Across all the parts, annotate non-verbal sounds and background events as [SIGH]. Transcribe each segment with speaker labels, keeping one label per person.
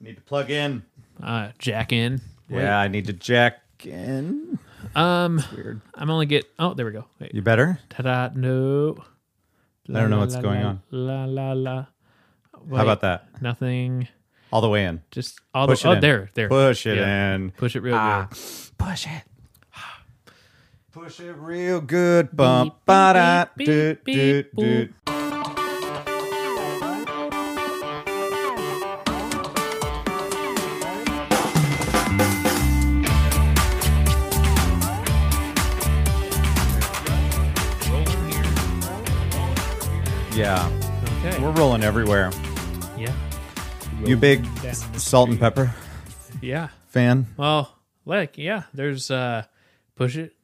Speaker 1: Need to plug in.
Speaker 2: Uh, jack in.
Speaker 1: Yeah, I need to jack in.
Speaker 2: Um,
Speaker 1: Weird.
Speaker 2: I'm only get. Oh, there we go. Wait.
Speaker 1: You better?
Speaker 2: Ta-da! No.
Speaker 1: I don't know what's going on.
Speaker 2: La la la.
Speaker 1: How about that?
Speaker 2: Nothing.
Speaker 1: All the way in.
Speaker 2: Just all
Speaker 1: Push
Speaker 2: the.
Speaker 1: it
Speaker 2: oh,
Speaker 1: in.
Speaker 2: there, there.
Speaker 1: Push it
Speaker 2: Yeah.
Speaker 1: in.
Speaker 2: Push it real
Speaker 1: Ah.
Speaker 2: good.
Speaker 1: Push it. Push it real good. Bump. Ba-da.
Speaker 2: beep,
Speaker 1: Doot,
Speaker 2: beep,
Speaker 1: doot, doot. Yeah,
Speaker 2: Okay.
Speaker 1: we're rolling everywhere.
Speaker 2: yeah.
Speaker 1: You big
Speaker 2: down
Speaker 1: s-
Speaker 2: the
Speaker 1: salt and pepper
Speaker 2: Yeah.
Speaker 1: fan?
Speaker 2: Well, like yeah. There's uh, push it,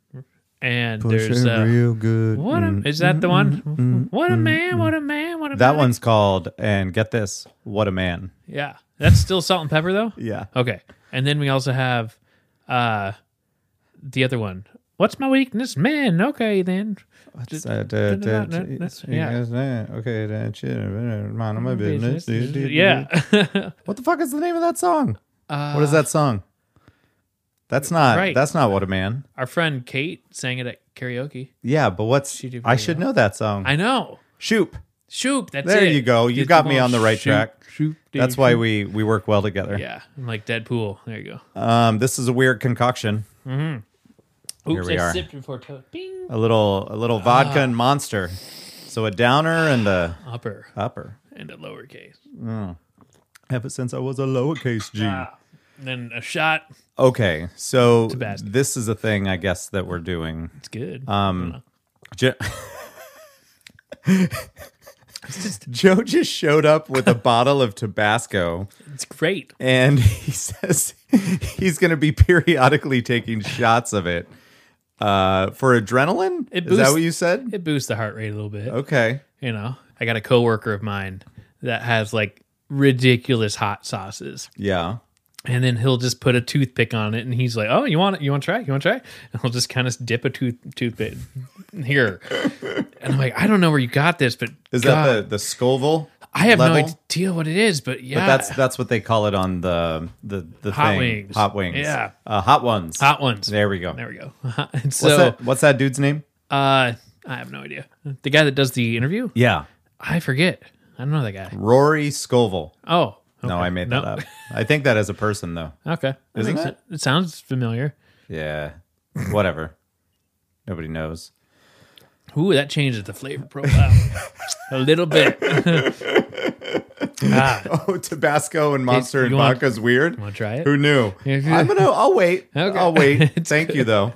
Speaker 2: and
Speaker 1: Push
Speaker 2: there's
Speaker 1: it
Speaker 2: uh,
Speaker 1: real good.
Speaker 2: what a,
Speaker 1: Mm.
Speaker 2: is that the one? what a man! What a man! What a
Speaker 1: Mm-hmm. That
Speaker 2: man.
Speaker 1: one's called, and get this, What a Man.
Speaker 2: Yeah, that's still salt and pepper though.
Speaker 1: Yeah.
Speaker 2: Okay. And then we also have uh the other one. What's my weakness? Men. Okay then.
Speaker 1: What's that? Uh,
Speaker 2: da- da-
Speaker 1: that-
Speaker 2: da-
Speaker 1: it's-
Speaker 2: yeah.
Speaker 1: it's that. Okay, that shit, uh, mind my business.
Speaker 2: Yeah.
Speaker 1: What the fuck is the name of that song?
Speaker 2: uh,
Speaker 1: What is that song? That's not
Speaker 2: right.
Speaker 1: that's not What a Man.
Speaker 2: [LAUGHS] Our friend Kate sang it at karaoke.
Speaker 1: Yeah, but what's
Speaker 2: She did
Speaker 1: I
Speaker 2: very
Speaker 1: should
Speaker 2: well.
Speaker 1: know that song.
Speaker 2: I know.
Speaker 1: Shoop.
Speaker 2: Shoop. That's
Speaker 1: There
Speaker 2: it.
Speaker 1: you go. You
Speaker 2: Get
Speaker 1: got
Speaker 2: the
Speaker 1: me
Speaker 2: ball.
Speaker 1: on the right
Speaker 2: Shoop,
Speaker 1: track.
Speaker 2: Shoop. dee,
Speaker 1: That's why
Speaker 2: shoop.
Speaker 1: we we work well together.
Speaker 2: Yeah. I'm like Deadpool. There you go.
Speaker 1: Um this is a weird concoction.
Speaker 2: Oops,
Speaker 1: we
Speaker 2: I
Speaker 1: are.
Speaker 2: sipped before to- Bing.
Speaker 1: A little a little vodka
Speaker 2: Ah.
Speaker 1: and monster. So a downer and a
Speaker 2: Upper
Speaker 1: upper.
Speaker 2: and a lowercase.
Speaker 1: Ever since I was a lowercase G.
Speaker 2: Ah. And then a shot.
Speaker 1: Okay, so
Speaker 2: best.
Speaker 1: this is a thing I guess that we're doing.
Speaker 2: It's good. Um.
Speaker 1: [LAUGHS] Jo- Joe just showed up with
Speaker 2: [LAUGHS]
Speaker 1: a bottle of Tabasco
Speaker 2: It's great.
Speaker 1: and he [LAUGHS] says he's going to be periodically taking shots of it uh, for adrenaline.
Speaker 2: It
Speaker 1: is that
Speaker 2: boosts-
Speaker 1: what you said?
Speaker 2: It boosts the heart rate a little bit.
Speaker 1: Okay.
Speaker 2: You know, I got a coworker of mine that has like ridiculous hot sauces,
Speaker 1: Yeah.
Speaker 2: and then he'll just put a toothpick on it, and he's like, "Oh, you want it? You want to try? You want to try?" And he'll just kind of dip a tooth toothpick here, and I'm like, "I don't know where you got this, but
Speaker 1: Is that the the Scoville?
Speaker 2: I have
Speaker 1: level?
Speaker 2: no idea what it is, but yeah,
Speaker 1: But that's that's what they call it on the the the
Speaker 2: Ah. Hot
Speaker 1: thing.
Speaker 2: wings.
Speaker 1: Hot wings.
Speaker 2: Yeah.
Speaker 1: Uh, hot ones.
Speaker 2: hot ones.
Speaker 1: There we go.
Speaker 2: there we go. [LAUGHS] and
Speaker 1: What's
Speaker 2: so,
Speaker 1: that? What's that dude's name?
Speaker 2: uh, I have no idea. The guy that does the interview,
Speaker 1: Yeah.
Speaker 2: I forget. I don't know that guy.
Speaker 1: Rory Scoville.
Speaker 2: Oh,
Speaker 1: No,
Speaker 2: okay.
Speaker 1: I made
Speaker 2: No. [LAUGHS]
Speaker 1: that up. I think that as a person though.
Speaker 2: Okay, That
Speaker 1: Isn't
Speaker 2: makes
Speaker 1: it?
Speaker 2: sen- It sounds familiar.
Speaker 1: Yeah. Whatever. Nobody knows.
Speaker 2: Ooh, that changes the flavor profile a little bit. ah,
Speaker 1: [LAUGHS] Oh, Tabasco and Monster
Speaker 2: you
Speaker 1: and
Speaker 2: want-
Speaker 1: vodka's weird.
Speaker 2: want to try it?
Speaker 1: Who
Speaker 2: [LAUGHS]
Speaker 1: knew?
Speaker 2: Yeah.
Speaker 1: I'm gonna. I'll wait.
Speaker 2: Okay.
Speaker 1: I'll
Speaker 2: [LAUGHS]
Speaker 1: wait. Thank you though.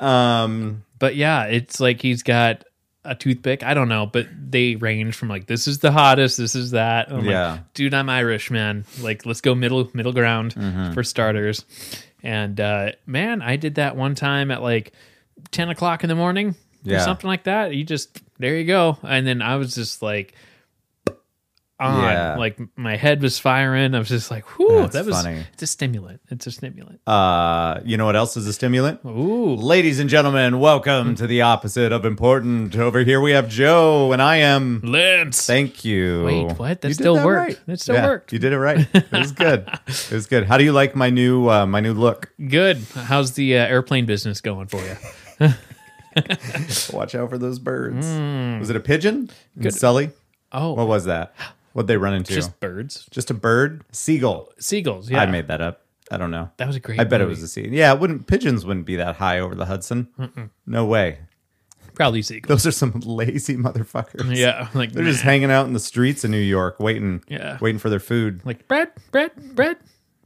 Speaker 1: Um.
Speaker 2: But yeah, it's like he's got a toothpick. I don't know, but they range from like this is the hottest, this is that. And I'm like,
Speaker 1: Yeah.
Speaker 2: dude, I'm Irish, man. Like, let's go middle middle ground
Speaker 1: Mm-hmm.
Speaker 2: for starters. And uh, man, I did that one time at like ten o'clock in the morning or
Speaker 1: Yeah.
Speaker 2: something like that. You just there you go, and then I was just like. On
Speaker 1: Yeah.
Speaker 2: like my head was firing. I was just like, "Whoo,
Speaker 1: That's
Speaker 2: that was
Speaker 1: funny.
Speaker 2: it's a stimulant. It's a stimulant."
Speaker 1: Uh. You know what else is a stimulant?
Speaker 2: Ooh,
Speaker 1: Ladies and gentlemen, welcome to the opposite of important. Over here we have Joe, and I am.
Speaker 2: Lance.
Speaker 1: Thank you.
Speaker 2: Wait, what? That
Speaker 1: You did
Speaker 2: still worked.
Speaker 1: right.
Speaker 2: That still
Speaker 1: Yeah,
Speaker 2: worked.
Speaker 1: You did it right. It was good. it was good. How do you like my new uh, my new look?
Speaker 2: Good. How's the uh, airplane business going for
Speaker 1: [LAUGHS]
Speaker 2: you?
Speaker 1: Watch out for those birds.
Speaker 2: Hmm.
Speaker 1: Was it a pigeon? Good. Sully?
Speaker 2: Oh,
Speaker 1: What was that? What'd they run into?
Speaker 2: just
Speaker 1: Just,
Speaker 2: birds,
Speaker 1: a bird? Seagull.
Speaker 2: seagulls. Yeah,
Speaker 1: I made that up. I don't know.
Speaker 2: that was a great.
Speaker 1: I bet it
Speaker 2: movie.
Speaker 1: was a sea. Yeah, it wouldn't pigeons wouldn't be that high over the Hudson. No way.
Speaker 2: probably seagulls.
Speaker 1: Those are some lazy motherfuckers.
Speaker 2: Yeah,
Speaker 1: [LAUGHS]
Speaker 2: like
Speaker 1: They're just hanging out in the streets of New York waiting
Speaker 2: Yeah.
Speaker 1: waiting for their food.
Speaker 2: [LAUGHS] like bread, bread, bread,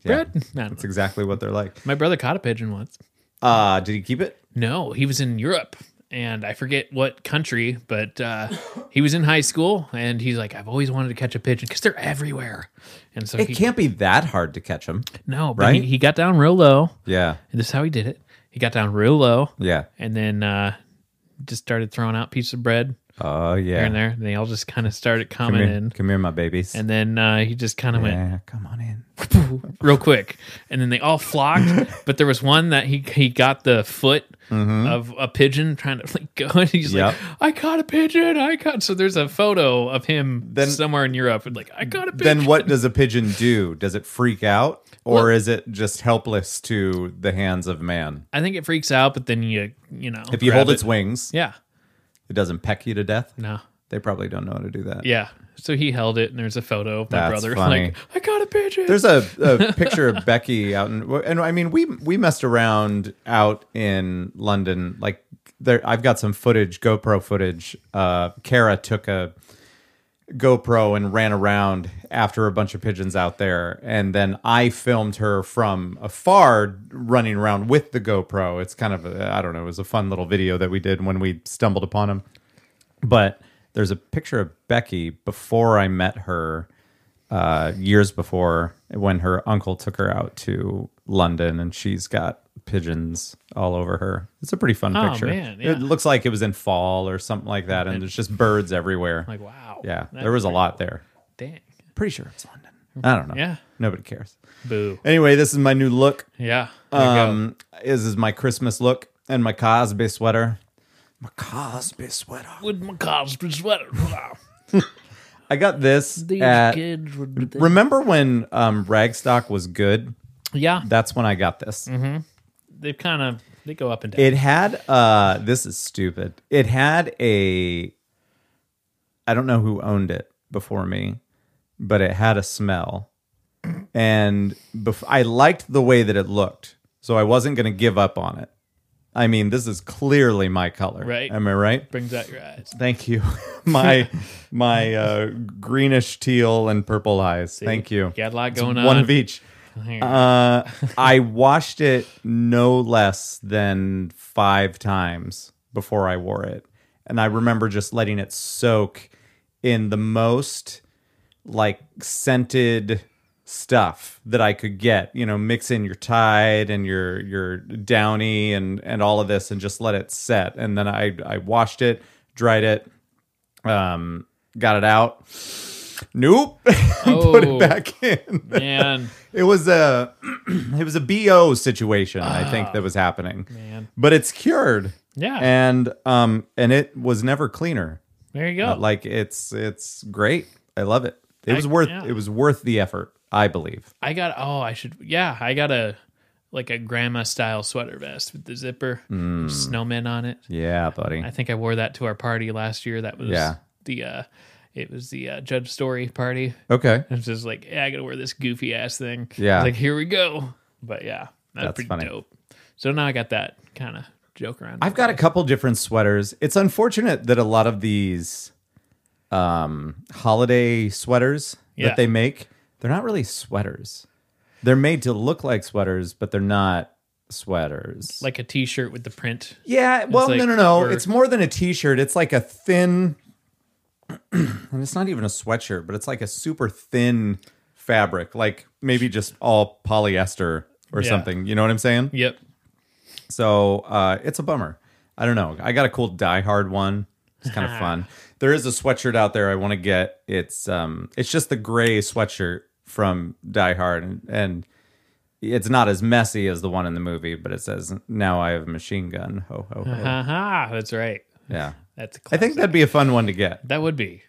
Speaker 1: Yeah.
Speaker 2: bread. [LAUGHS] I don't
Speaker 1: That's
Speaker 2: know.
Speaker 1: exactly what they're like.
Speaker 2: My brother caught a pigeon once.
Speaker 1: Uh did he keep it?
Speaker 2: No, he was in Europe, and I forget what country, but uh, he was in high school, and he's like, "I've always wanted to catch a pigeon because they're everywhere." And so
Speaker 1: It
Speaker 2: he
Speaker 1: can't be that hard to catch them.
Speaker 2: no, but
Speaker 1: right?
Speaker 2: he, he got down real low.
Speaker 1: Yeah.
Speaker 2: And this is how he did it. He got down real low,
Speaker 1: Yeah.
Speaker 2: and then uh, just started throwing out pieces of bread.
Speaker 1: Oh yeah.
Speaker 2: here and there. And they all just kind of started
Speaker 1: [LAUGHS] Come
Speaker 2: coming
Speaker 1: here,
Speaker 2: in.
Speaker 1: come here, my babies.
Speaker 2: And then uh, he just kind of
Speaker 1: yeah, come on in.
Speaker 2: went real quick. And then they all
Speaker 1: [LAUGHS]
Speaker 2: flocked, but there was one that he he got the foot of a pigeon trying to [LAUGHS] like go and he's
Speaker 1: Mm-hmm. Yep.
Speaker 2: like, I caught a pigeon, I caught so there's a photo of him
Speaker 1: Then- Mm,
Speaker 2: somewhere in Europe and like I caught a pigeon.
Speaker 1: Then what does a pigeon do? Does it freak out or
Speaker 2: Well-
Speaker 1: is it just helpless to the hands of man?
Speaker 2: I think it freaks out, but then you you know
Speaker 1: If you
Speaker 2: grab
Speaker 1: hold
Speaker 2: it.
Speaker 1: its wings,
Speaker 2: Yeah.
Speaker 1: it doesn't peck you to death.
Speaker 2: No.
Speaker 1: They probably don't know how to do that.
Speaker 2: Yeah. So he held it and there's a photo of my
Speaker 1: That's
Speaker 2: brother [LAUGHS]
Speaker 1: funny.
Speaker 2: like I caught a pigeon.
Speaker 1: There's a, a picture of Becky out in, and I mean, we we messed around out in London. Like, there, I've got some footage, GoPro footage. Uh, Kara took a GoPro and ran around after a bunch of pigeons out there, and then I filmed her from afar running around with the GoPro. It's kind of, a, I don't know, it was a fun little video that we did when we stumbled upon him. But there's a picture of Becky before I met her uh, years before when her uncle took her out to London and she's got pigeons all over her. It's a pretty fun
Speaker 2: Oh,
Speaker 1: picture.
Speaker 2: man,
Speaker 1: It
Speaker 2: yeah.
Speaker 1: looks like it was in fall or something like that, and there's just birds everywhere.
Speaker 2: like wow.
Speaker 1: yeah,
Speaker 2: That-
Speaker 1: there was a lot there.
Speaker 2: dang.
Speaker 1: Pretty sure it's London. I don't know.
Speaker 2: Yeah.
Speaker 1: Nobody cares.
Speaker 2: Boo.
Speaker 1: Anyway, this is my new look.
Speaker 2: Yeah. There you go.
Speaker 1: Um, this is my Christmas look and my Cosby sweater. My Cosby sweater.
Speaker 2: with my Cosby sweater. [LAUGHS] Wow.
Speaker 1: I got this
Speaker 2: These
Speaker 1: at.
Speaker 2: kids would.
Speaker 1: Remember when um, Ragstock was good?
Speaker 2: yeah,
Speaker 1: That's when I got this.
Speaker 2: they kind of they go up and down.
Speaker 1: It had uh this is stupid. It had a I don't know who owned it before me, but it had a smell. And bef- I liked the way that it looked. So I wasn't going to give up on it. I mean, this is clearly my color.
Speaker 2: Right.
Speaker 1: Am I right?
Speaker 2: Brings out your eyes.
Speaker 1: Thank you. [LAUGHS] my my uh greenish teal and purple eyes. Thank you.
Speaker 2: Got a lot going on.
Speaker 1: One of each.
Speaker 2: Here.
Speaker 1: Uh, I washed it no less than five times before I wore it. And I remember just letting it soak in the most like scented stuff that I could get. You know, mix in your Tide and your your Downy and and all of this, and just let it set. And then I I washed it, dried it, um, got it out. Nope, [LAUGHS] put
Speaker 2: Oh.
Speaker 1: it back in. [LAUGHS]
Speaker 2: man,
Speaker 1: It was a [CLEARS THROAT] it was a bo situation I think that was happening.
Speaker 2: Ah, man.
Speaker 1: But it's cured.
Speaker 2: Yeah.
Speaker 1: And um and it was never cleaner.
Speaker 2: There you go.
Speaker 1: Uh, Like it's it's great. I love it. It was
Speaker 2: I-
Speaker 1: worth
Speaker 2: yeah.
Speaker 1: it was worth the effort, I believe.
Speaker 2: I got. Oh, I should. Yeah, I got a like a grandma style sweater vest with the zipper,
Speaker 1: Mm.
Speaker 2: snowman on it.
Speaker 1: Yeah, buddy.
Speaker 2: I think I wore that to our party last year. That was
Speaker 1: Yeah.
Speaker 2: the. uh it was the uh, Judge Story party.
Speaker 1: Okay.
Speaker 2: I was just like, yeah, I gotta wear this goofy ass thing.
Speaker 1: Yeah.
Speaker 2: Like, here we go. But yeah, that's,
Speaker 1: That's
Speaker 2: pretty
Speaker 1: funny.
Speaker 2: dope. So now I got that kind of joke around.
Speaker 1: I've got a couple different sweaters. It's unfortunate that a lot of these um holiday sweaters
Speaker 2: Yeah.
Speaker 1: that they make, they're not really sweaters. They're made to look like sweaters, but they're not sweaters.
Speaker 2: like a t shirt with the print.
Speaker 1: Yeah, well,
Speaker 2: like
Speaker 1: no, no, no.
Speaker 2: for-
Speaker 1: It's more than a t-shirt. It's like a thin, [CLEARS THROAT] and it's not even a sweatshirt, but it's like a super thin fabric, like maybe just all polyester or
Speaker 2: Yeah.
Speaker 1: something. You know what I'm saying?
Speaker 2: Yep.
Speaker 1: So uh, it's a bummer. I don't know. I got a cool Die Hard one. It's
Speaker 2: [LAUGHS]
Speaker 1: kind of fun. There is a sweatshirt out there I want to get. It's um, it's just the gray sweatshirt from Die Hard, and, and it's not as messy as the one in the movie, but it says "Now I have a machine gun." Ho ho ho.
Speaker 2: [LAUGHS] Haha, that's right.
Speaker 1: Yeah.
Speaker 2: That's a
Speaker 1: I think Mm-hmm. that'd be a fun one to get.
Speaker 2: that would be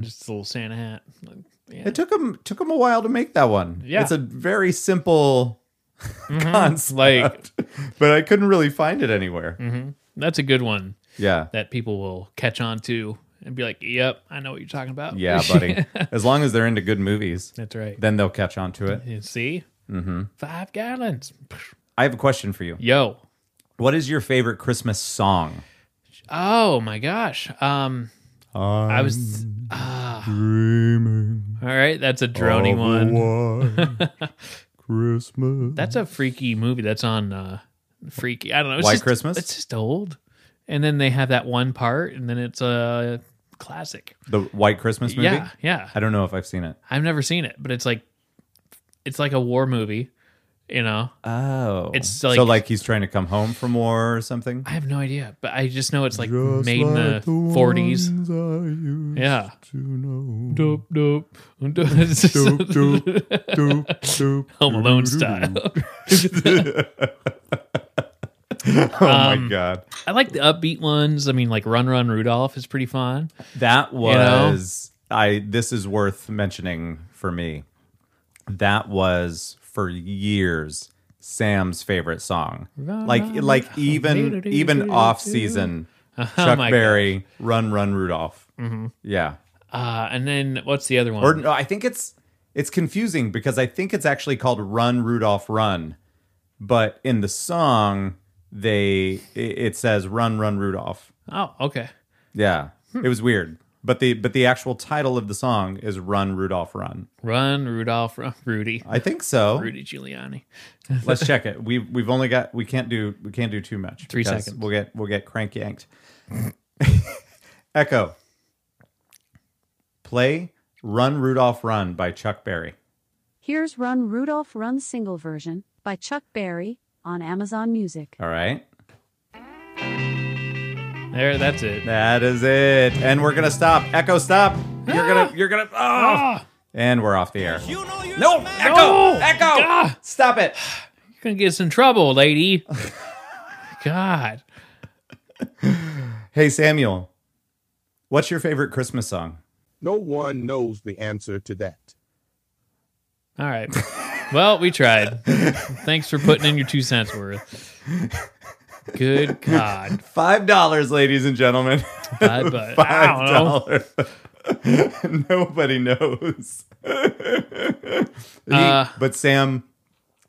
Speaker 2: just a little Santa hat. Like, yeah.
Speaker 1: It took them took them a while to make that one.
Speaker 2: Yeah. Mm-hmm.
Speaker 1: It's a very simple [LAUGHS] concept,
Speaker 2: Like- Mm-hmm.
Speaker 1: but I couldn't really find it anywhere.
Speaker 2: That's a good one
Speaker 1: Yeah.
Speaker 2: that people will catch on to and be like, yep, I know what you're talking about. [LAUGHS]
Speaker 1: Yeah, buddy. as long as they're into good movies,
Speaker 2: that's right.
Speaker 1: then they'll catch on to it.
Speaker 2: You see? Mm-hmm. Five gallons.
Speaker 1: I have a question for you.
Speaker 2: Yo.
Speaker 1: What is your favorite Christmas song?
Speaker 2: Oh my gosh. Um, I was. uh,
Speaker 1: dreaming
Speaker 2: All right, that's a
Speaker 1: Oh,
Speaker 2: droning one. [LAUGHS]
Speaker 1: Christmas.
Speaker 2: That's a freaky movie. That's on uh, Freaky. I don't know. It's
Speaker 1: White
Speaker 2: just,
Speaker 1: Christmas?
Speaker 2: It's just old. And then they have that one part, and then it's a classic.
Speaker 1: the White Christmas movie?
Speaker 2: Yeah, yeah.
Speaker 1: I don't know if I've seen it.
Speaker 2: I've never seen it, but it's like it's like a war movie, You know,
Speaker 1: Oh,
Speaker 2: It's
Speaker 1: so
Speaker 2: like-
Speaker 1: like he's trying to come home from war or something.
Speaker 2: I have no idea, but I just know it's like
Speaker 1: Just
Speaker 2: made
Speaker 1: like
Speaker 2: in the forties.
Speaker 1: ones I used
Speaker 2: Yeah.
Speaker 1: to know.
Speaker 2: [LAUGHS] Dope, dope, dope. It's just
Speaker 1: Doop, doop, doop, doop,
Speaker 2: [LAUGHS] Home Alone
Speaker 1: doo, doo,
Speaker 2: style.
Speaker 1: doo. Oh
Speaker 2: Um,
Speaker 1: my god,
Speaker 2: I like the upbeat ones. I mean, like Run Run Rudolph is pretty fun.
Speaker 1: that
Speaker 2: know?
Speaker 1: was I. This is worth mentioning for me. That was for years Sam's favorite song. Like like even
Speaker 2: [LAUGHS]
Speaker 1: even off season. Chuck
Speaker 2: Oh my Mm-hmm.
Speaker 1: Berry, Run Run Rudolph. Yeah.
Speaker 2: Uh, and then what's the other one?
Speaker 1: Or no, I think it's it's confusing because I think it's actually called Run Rudolph Run, but in the song they i- it says Run Run Rudolph.
Speaker 2: oh, okay.
Speaker 1: Yeah,
Speaker 2: Hmm.
Speaker 1: it was weird. But the but the actual title of the song is Run Rudolph Run.
Speaker 2: Run Rudolph, Run, Rudy,
Speaker 1: I think so.
Speaker 2: Rudy Giuliani.
Speaker 1: [LAUGHS] Let's check it. We we've only got we can't do we can't do too much.
Speaker 2: Three
Speaker 1: because
Speaker 2: seconds.
Speaker 1: We'll get we'll get crank
Speaker 2: [LAUGHS]
Speaker 1: yanked. Echo. Play Run Rudolph Run by Chuck Berry.
Speaker 3: Here's Run Rudolph Run single version by Chuck Berry on Amazon Music.
Speaker 1: All right.
Speaker 2: There, that's it.
Speaker 1: That is it. And we're gonna stop. Echo, stop. You're gonna you're gonna oh.
Speaker 2: Ah,
Speaker 1: and we're off the air.
Speaker 4: No,
Speaker 2: No! Ah!
Speaker 1: Stop it.
Speaker 2: you're gonna get us in trouble, lady.
Speaker 1: [LAUGHS]
Speaker 2: God,
Speaker 1: Hey Samuel. What's your favorite Christmas song?
Speaker 5: No one knows the answer to that.
Speaker 2: all right. Well, we tried. Thanks for putting in your two cents worth. Good God,
Speaker 1: Five dollars, ladies and gentlemen. [LAUGHS]
Speaker 2: Five bu-
Speaker 1: Five
Speaker 2: I don't know.
Speaker 1: dollars. [LAUGHS] Nobody knows. He-
Speaker 2: Uh,
Speaker 1: but Sam,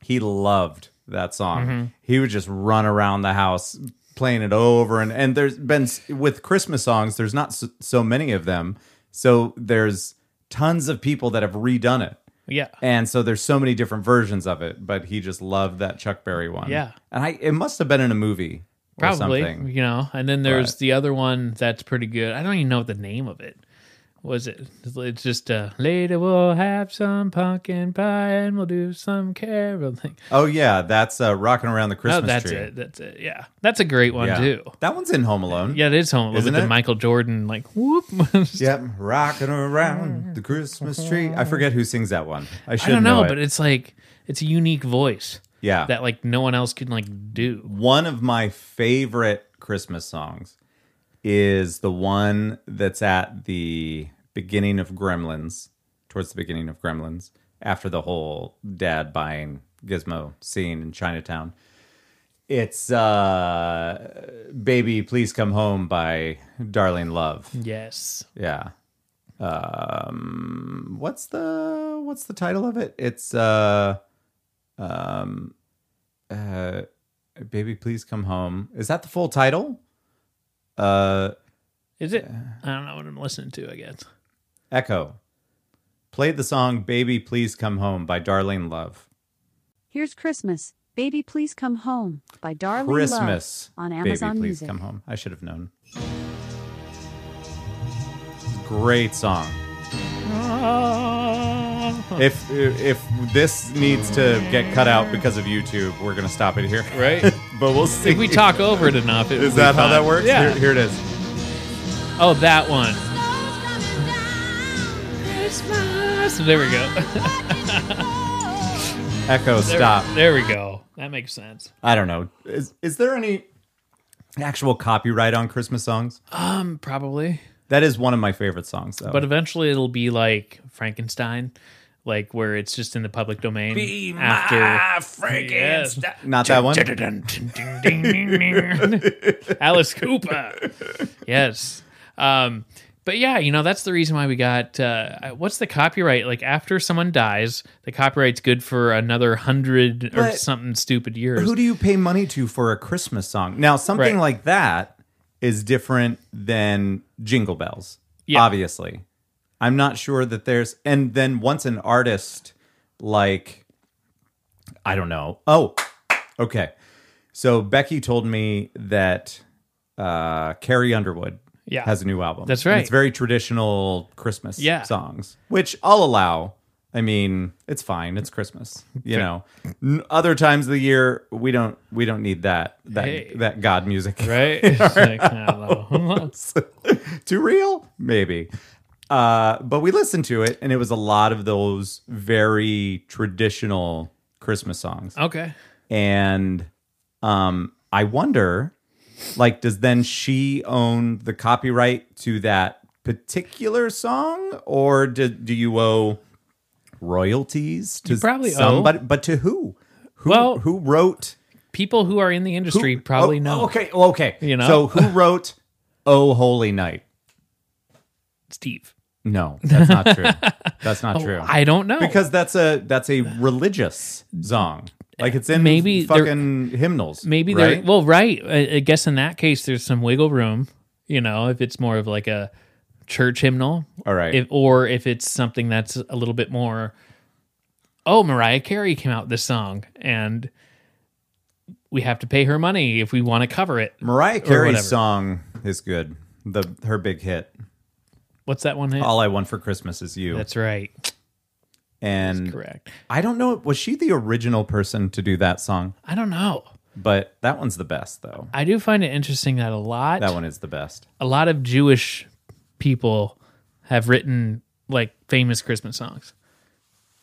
Speaker 1: he loved that song.
Speaker 2: Mm-hmm.
Speaker 1: He would just run around the house playing it over and and there's been s- with Christmas songs. There's not so, so many of them, so there's tons of people that have redone it.
Speaker 2: yeah.
Speaker 1: And so there's so many different versions of it, but he just loved that Chuck Berry one.
Speaker 2: Yeah.
Speaker 1: and I it must have been in a movie
Speaker 2: probably
Speaker 1: or something.
Speaker 2: you know and then there's
Speaker 1: But-
Speaker 2: the other one that's pretty good i don't even know the name of it was it it's just uh later we'll have some pumpkin pie and we'll do some caroling
Speaker 1: Oh yeah, that's uh, rocking around the
Speaker 2: oh
Speaker 1: Christmas
Speaker 2: that's
Speaker 1: tree.
Speaker 2: it that's it yeah that's a great one
Speaker 1: Yeah.
Speaker 2: too
Speaker 1: That one's in Home Alone.
Speaker 2: yeah it is home Alone with
Speaker 1: Isn't
Speaker 2: the
Speaker 1: it?
Speaker 2: michael jordan like whoop [LAUGHS]
Speaker 1: Yep, rocking around the Christmas tree. I forget who sings that one. I
Speaker 2: Mm-hmm. i
Speaker 1: should
Speaker 2: don't know,
Speaker 1: it.
Speaker 2: but it's like it's a unique voice
Speaker 1: yeah,
Speaker 2: that like no one else can like do
Speaker 1: one of my favorite Christmas songs is the one that's at the beginning of Gremlins, towards the beginning of Gremlins, after the whole dad buying Gizmo scene in Chinatown. It's uh Baby Please Come Home by Darling Love.
Speaker 2: yes
Speaker 1: Yeah. Um what's the what's the title of it? It's uh um uh Baby Please Come Home. Is that the full title? Uh
Speaker 2: is it i don't know what i'm listening to i guess
Speaker 1: Echo. Play the song Baby Please Come Home by Darlene Love.
Speaker 3: Here's Christmas, Baby Please Come Home by Darling
Speaker 1: Christmas
Speaker 3: Love on
Speaker 1: Baby
Speaker 3: Amazon
Speaker 1: Please
Speaker 3: Music.
Speaker 1: Come Home. I should have known. Great song. If if this needs to get cut out because of YouTube, we're gonna stop it here. [LAUGHS]
Speaker 2: right
Speaker 1: but we'll see.
Speaker 2: if we talk over it enough
Speaker 1: [LAUGHS]
Speaker 2: it
Speaker 1: Is that how that works?
Speaker 2: yeah
Speaker 1: Here, here it is.
Speaker 2: Oh, that one. Christmas. There we go. [LAUGHS]
Speaker 1: Echo,
Speaker 2: There-
Speaker 1: stop.
Speaker 2: There we go. That makes sense.
Speaker 1: I don't know. Is is there any actual copyright on Christmas songs?
Speaker 2: Um, probably.
Speaker 1: That is one of my favorite songs, though.
Speaker 2: But eventually it'll be like Frankenstein, like where it's just in the public domain.
Speaker 4: Be
Speaker 2: after
Speaker 4: my Frankenstein.
Speaker 1: not that one.
Speaker 2: [LAUGHS] Alice Cooper. Yes. Um, but yeah, you know, that's the reason why we got uh, what's the copyright? Like after someone dies, the copyright's good for another hundred or
Speaker 1: But
Speaker 2: something stupid years.
Speaker 1: Who do you pay money to for a Christmas song? Now, something
Speaker 2: Right.
Speaker 1: like that is different than Jingle Bells,
Speaker 2: Yeah.
Speaker 1: obviously. I'm not sure that there's. And then once an artist, like, I don't know. Oh, okay. So Becky told me that uh, Carrie Underwood
Speaker 2: Yeah.
Speaker 1: has a new album.
Speaker 2: That's
Speaker 1: And
Speaker 2: right.
Speaker 1: it's very traditional Christmas
Speaker 2: Yeah.
Speaker 1: songs, which I'll allow. I mean, it's fine. It's Christmas. You know, N- other times of the year we don't we don't need that that
Speaker 2: Hey.
Speaker 1: that God music.
Speaker 2: [LAUGHS] right? It's like, uh, hello.
Speaker 1: [LAUGHS] Too real, maybe. Uh, but we listened to it, and it was a lot of those very traditional Christmas songs.
Speaker 2: [LAUGHS] okay.
Speaker 1: and um i wonder like does then she own the copyright to that particular song or do, do you owe royalties to
Speaker 2: You probably
Speaker 1: somebody but to who who
Speaker 2: Well-
Speaker 1: who wrote
Speaker 2: People who are in the industry
Speaker 1: who-
Speaker 2: probably
Speaker 1: oh,
Speaker 2: know.
Speaker 1: oh, okay well, okay
Speaker 2: You know?
Speaker 1: so who wrote oh holy night
Speaker 2: Steve.
Speaker 1: no that's not true that's
Speaker 2: [LAUGHS]
Speaker 1: not true
Speaker 2: Oh, I don't know.
Speaker 1: because that's a that's a religious song like it's in
Speaker 2: Maybe they're-
Speaker 1: fucking hymnals
Speaker 2: maybe
Speaker 1: right?
Speaker 2: they're well, right. I, I guess in that case, there's some wiggle room. You know, if it's more of like a church hymnal,
Speaker 1: all right
Speaker 2: if, or if it's something that's a little bit more. Oh, Mariah Carey came out with this song, and we have to pay her money if we want to cover it.
Speaker 1: Mariah Carey's
Speaker 2: whatever.
Speaker 1: song is good. The her big hit,
Speaker 2: What's that one?
Speaker 1: "All I Want for Christmas Is You,"
Speaker 2: That's right.
Speaker 1: and
Speaker 2: Correct.
Speaker 1: I don't know. Was she the original person to do that song?
Speaker 2: I don't know.
Speaker 1: But that one's the best, though.
Speaker 2: I do find it interesting that a lot
Speaker 1: That one is the best.
Speaker 2: a lot of Jewish people have written like famous Christmas songs.